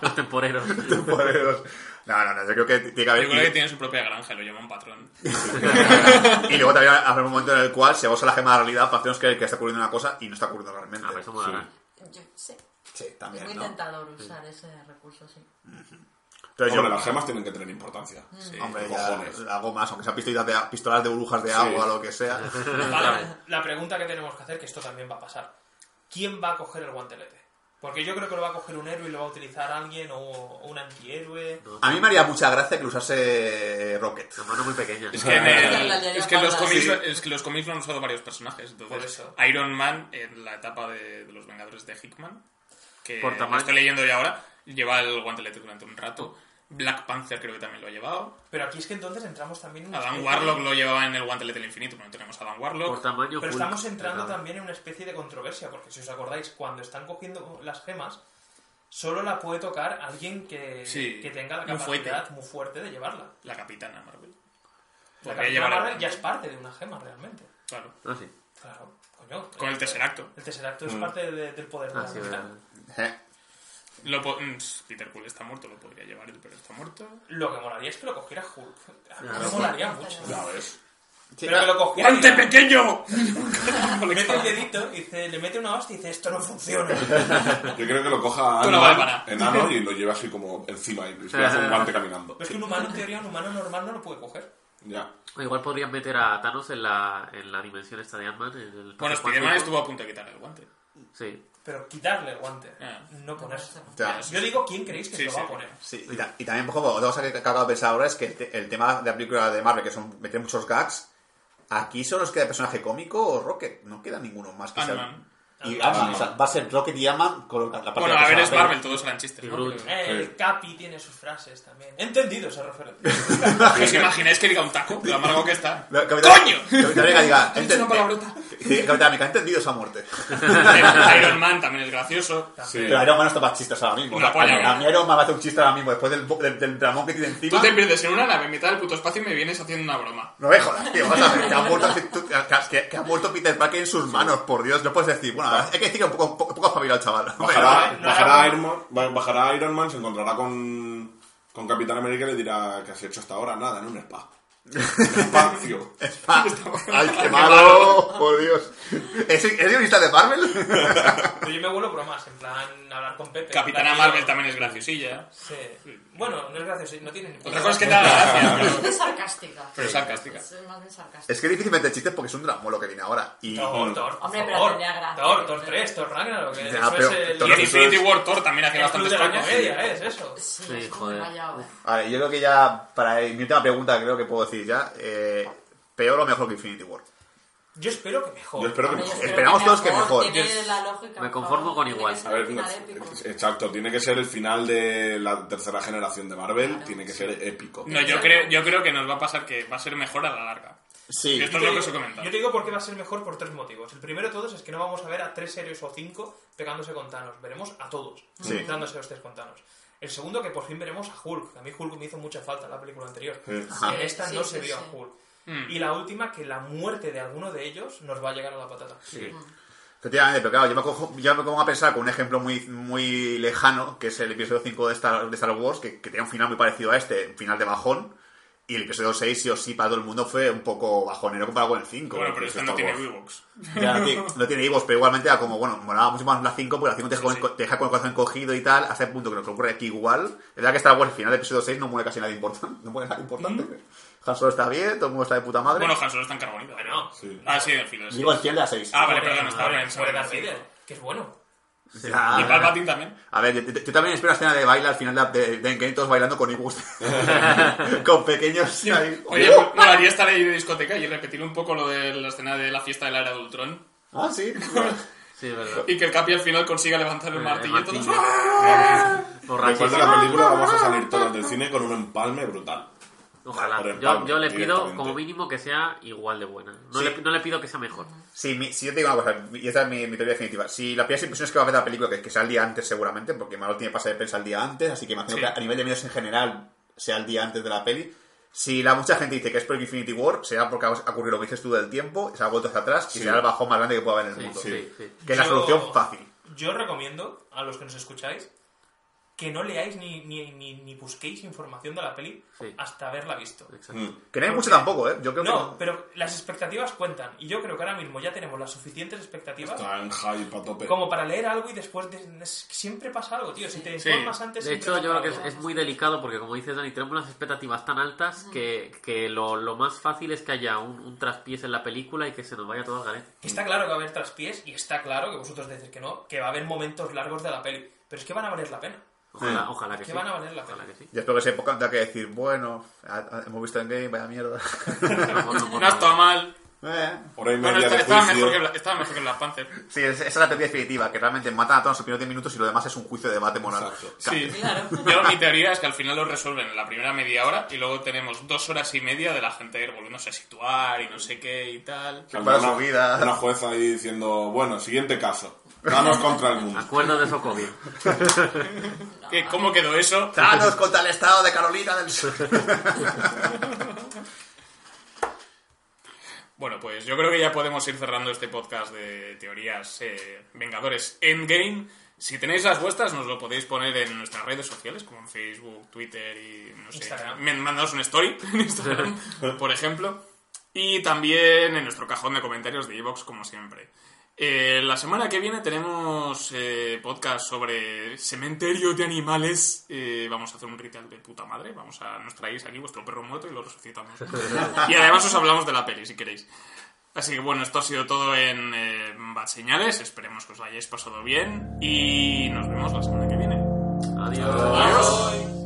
Los temporeros. Temporeros. No, no, no, yo creo que tiene que Yo creo que haber. tiene su propia granja y lo llaman patrón. Y, y luego también habrá un momento en el cual se usa la gema de la realidad para hacernos creer que está ocurriendo una cosa y no está ocurriendo realmente. Ah, pero eso molará. Yo sé. Sí, Es también, muy ¿no? tentador usar ese recurso, sí. Entonces Hombre, yo, las gemas tienen que tener importancia. hombre, cojones. ya hago más, aunque sean pistolas de, pistolas de burbujas de agua o lo que sea. Ahora, la pregunta que tenemos que hacer, que esto también va a pasar. ¿Quién va a coger el guantelete? Porque yo creo que lo va a coger un héroe y lo va a utilizar alguien o, o un antihéroe. A mí me haría mucha gracia que lo usase eh, Rocket. La mano muy pequeña. Es que, en el- La liaría es que en los parda, cómics, sí. es que los cómics lo han usado varios personajes. Entonces, Por eso. Iron Man, en la etapa de, de los Vengadores de Hickman, que Por lo tamaño. estoy leyendo ya ahora, lleva el guantelete durante un rato. Black Panther creo que también lo ha llevado. Pero aquí es que entonces entramos también en una Adam especie- Warlock lo llevaba en el guantelete del infinito, pero no tenemos a Adam Warlock. Por tamaño... Pero Hulk. estamos entrando Ajá. también en una especie de controversia, porque si os acordáis, cuando están cogiendo las gemas, solo la puede tocar alguien que, Sí, que tenga la muy fuerte. capacidad muy fuerte de llevarla. La capitana Marvel. Podría La Capitana llevar a- Marvel ya es parte de una gema, realmente. Claro. Ah, sí. Claro, coño. eh, Con el Tesseracto. El Tesseracto es parte de- del poder de Mm. Ah, la sí, magia. verdad. Eh, Lo po- mm, Peter Quill está muerto, lo podría llevar él, pero está muerto. Lo que molaría es que lo cogiera Hulk. A mí me Claro. molaría mucho. Ya ves. Pero que lo cogiera. ¡Guante y le- pequeño! le mete el dedito y dice- le mete una hostia y dice: Esto no funciona. Yo creo que lo coja Tú no Ant-Man, vas para. enano y lo lleve así como encima y se le hace un guante caminando. Pero es que un humano, en teoría, un humano normal no lo puede coger. Ya. O Igual podrían meter a Thanos en la, en la dimensión esta de Ant-Man. en el Bueno, espacio Spider-Man estuvo cuántico. a punto de quitarle el guante. Sí. Pero quitarle el guante, Ah. no ponerse. ya. Yo digo, ¿quién creéis que Sí, se lo va sí. a poner? Sí, y, ta- y también, por ejemplo, otra cosa que que acabo de pensar ahora es que el, te- el tema de la película de Marvel, que son meter muchos gags, aquí solo os queda personaje cómico o Rocket. No queda ninguno más que sea- Ant-Man. Y Ant-Man, Ah, o sea, va a ser Rocket y Ant-Man con la parte Bueno, de a ver, es personaje. Marvel, todos eran chistes. Y ¿no? Groot. Pero- Eh, El Capi tiene sus frases también. Entendido se refiere. ¿Os pues, imagináis que diga un taco? Lo amargo que está. La- Este- Capitán- ¡Coño! Capitán América diga, He dicho una "Enten- palabrota. Sí, Capitán América, he entendido esa muerte. Iron Man también es gracioso. Sí. Pero Iron Man no está para chistes ahora mismo. Una A- polla, a, a mí Iron Man me hace un chiste ahora mismo después del, bo- del, del dramón que tiene encima. Tú te pierdes en una nave en mitad del puto espacio y me vienes haciendo una broma. No me jodas, tío. Vas a ver, que ha muerto, tú- que, que ha muerto Peter Parker en sus manos, por Dios. No puedes decir, bueno, hay que decir que un poco, un poco, un poco espabilado, chaval. Bajará, eh, no, no, bajará, no. Iron Man, ba- bajará Iron Man, se encontrará con, con Capitán América y le dirá que has hecho hasta ahora nada en un spa. Espacio. Ah, ¡Ay, qué malo! ¡Por Dios! ¿Es, ¿es guionista de Marvel? Pero yo me vuelo bromas, en plan hablar con Pepe. Capitana Darío. Marvel también es graciosilla. Sí. Bueno, no es gracioso, no tiene ni Otra cosa es que te haga gracia, pero- Es de sarcástica. pero es sarcástica. Es más bien sarcástica. Es que difícilmente chistes porque es un drama lo que viene ahora. Y Thor, Thor, por Hombre, pero favor. tendría gracia. Thor, Thor 3, Thor Ragnarok. que Ya, eso pero es el, Thor Y en Entonces, Infinity eso War Thor también hace el club bastantes de la coñas. comedia, ¿eh? es eso. Sí, Sí, es como joder. rayado. a ver, yo creo que ya, para mi última pregunta, creo que puedo decir ya, eh, peor o mejor que Infinity War. Yo espero que Yo mejor. espero que Hombre, yo mejor. espero Esperamos todos que mejor. Tiene la lógica, Me conformo con Tiene igual. que ser A un ver, no, final épico. exacto, tiene que ser el final de la tercera generación de Marvel, tiene que ser épico. No, yo creo, yo creo que nos va a pasar que va a ser mejor a la larga. Sí. Esto es Yo lo te que os he digo- comentado. Yo te digo por qué va a ser mejor por tres motivos. El primero de todos es que no vamos a ver a tres héroes o cinco pegándose con Thanos. Veremos a todos Sí. dándose los tres con Thanos. El segundo, que por fin veremos a Hulk. A mí Hulk me hizo mucha falta en la película anterior. Sí. En esta Sí, no sí, se vio sí. a Hulk. Y la última, que la muerte de alguno de ellos nos va a llegar a la patata. Efectivamente, pero claro, yo me, cojo- yo me pongo a pensar con un ejemplo muy, muy lejano, que es el episodio 5 de Star, de Star Wars, que, que tenía un final muy parecido a este, un final de bajón, y el episodio 6, sí o sí, para todo el mundo fue un poco bajonero comparado con el 5. Bueno, pero que es esta no Star tiene Wars. Ewoks. Ya, no tiene- no tiene Evox, pero igualmente era como, bueno, molaba mucho más la 5 porque la 5 te, deja con- te deja con el corazón cogido y tal, hasta el punto que nos ocurre aquí igual. Es verdad que Star Wars, al final del episodio 6, no muere casi nadie importante. No muere nadie importante. Han Solo está bien, todo el mundo está de puta madre. Bueno, Han Solo está en carbonita. Bueno, Sí. Ah, sí, del filo. sí. Digo el final de la 6. Ah, vale, perdón, estaba muere- pensando muere en Darth el Vader, que es bueno. Ya. Y ah. Palpatine también. A ver, yo, yo- yo también espero la escena de baile al final de, de, de Endgame, todos bailando con Ewoks. con pequeños. ahí. Oye, ¡Oh! molaría estar ahí de discoteca y repetir un poco lo de la escena de la fiesta del era de Ultron. Ah, sí. Sí, es verdad. Y que el Capi al final consiga levantar el Eh, martillo y ¡Ah! todos. martillo. Después de Borrachísimo. la película vamos a salir todos del cine con un empalme brutal. Por Ojalá. el Yo, Pablo, yo le pido, directamente. como mínimo, que sea igual de buena. No, Sí. le, no le pido que sea mejor. Sí, mi- sí, yo te digo una cosa, y esta es mi, mi teoría definitiva. Si la primera impresión es que va a ver la película, que, que sea el día antes seguramente, porque Marvel tiene pase de prensa el día antes, así que imagino que a nivel de medios en general sea el día antes de la peli. Si la mucha gente dice que es por Infinity War, será porque ha ocurrido lo que dices tú del tiempo, se ha vuelto hacia atrás y será el bajón más grande que pueda haber en el Sí, mundo. sí, sí. Que es la Yo- solución fácil. Yo recomiendo a los que nos escucháis que no leáis ni, ni, ni, ni busquéis información de la peli Sí. hasta haberla visto. Exacto. Que no hay mucho tampoco, ¿eh? Yo creo que No, pero las expectativas cuentan. Y yo creo que ahora mismo ya tenemos las suficientes expectativas Está en hype a tope. como para leer algo y después de- es- siempre pasa algo, tío. Si te informas antes... De siempre hecho, pasa yo creo que es, algo. es muy delicado porque, como dices, Dani, tenemos unas expectativas tan altas que, que lo, lo más fácil es que haya un, un traspiés en la película y que se nos vaya todo al garete. Está claro que va a haber traspiés y está claro que vosotros decís que no, que va a haber momentos largos de la peli. Pero es que van a valer la pena. Ojalá, ojalá que Que sí. van a valer la Ojalá pena. que sí. Yo espero que sea época tenga que decir, bueno, a- a- hemos visto en game, vaya mierda. No, no, no, No estaba no. mal. Eh. Hora y Bueno, media esta- de estaba juicio. mejor que Bla- estaba mejor que Black Panther. Sí, es- esa es la teoría definitiva, que realmente matan a todos en los primeros 10 minutos y lo demás es un juicio de debate moral. Exacto. Sí. Claro. Yo, mi teoría es que al final lo resuelven en la primera media hora y luego tenemos dos horas y media de la gente ir volviéndose a situar y no sé qué y tal. Para su vida. Una jueza ahí diciendo, bueno, siguiente caso. Thanos contra el mundo. Acuerdo de Sokovia. ¿Qué, ¿Cómo quedó eso? Thanos contra el estado de Carolina del Sur. Bueno, pues yo creo que ya podemos ir cerrando este podcast de teorías eh, Vengadores Endgame. Si tenéis las vuestras, nos lo podéis poner en nuestras redes sociales, como en Facebook, Twitter y no sé. Instagram. Me mandaos una story en Instagram, por ejemplo. Y también en nuestro cajón de comentarios de Evox, como siempre. Eh, la semana que viene tenemos eh, podcast sobre cementerio de animales. Eh, vamos a hacer un ritual de puta madre. Vamos a nos traéis aquí vuestro perro muerto y lo resucitamos. y además os hablamos de la peli, si queréis. Así que bueno, esto ha sido todo en eh, Bad Señales. Esperemos que os lo hayáis pasado bien y nos vemos la semana que viene. Adiós. Adiós.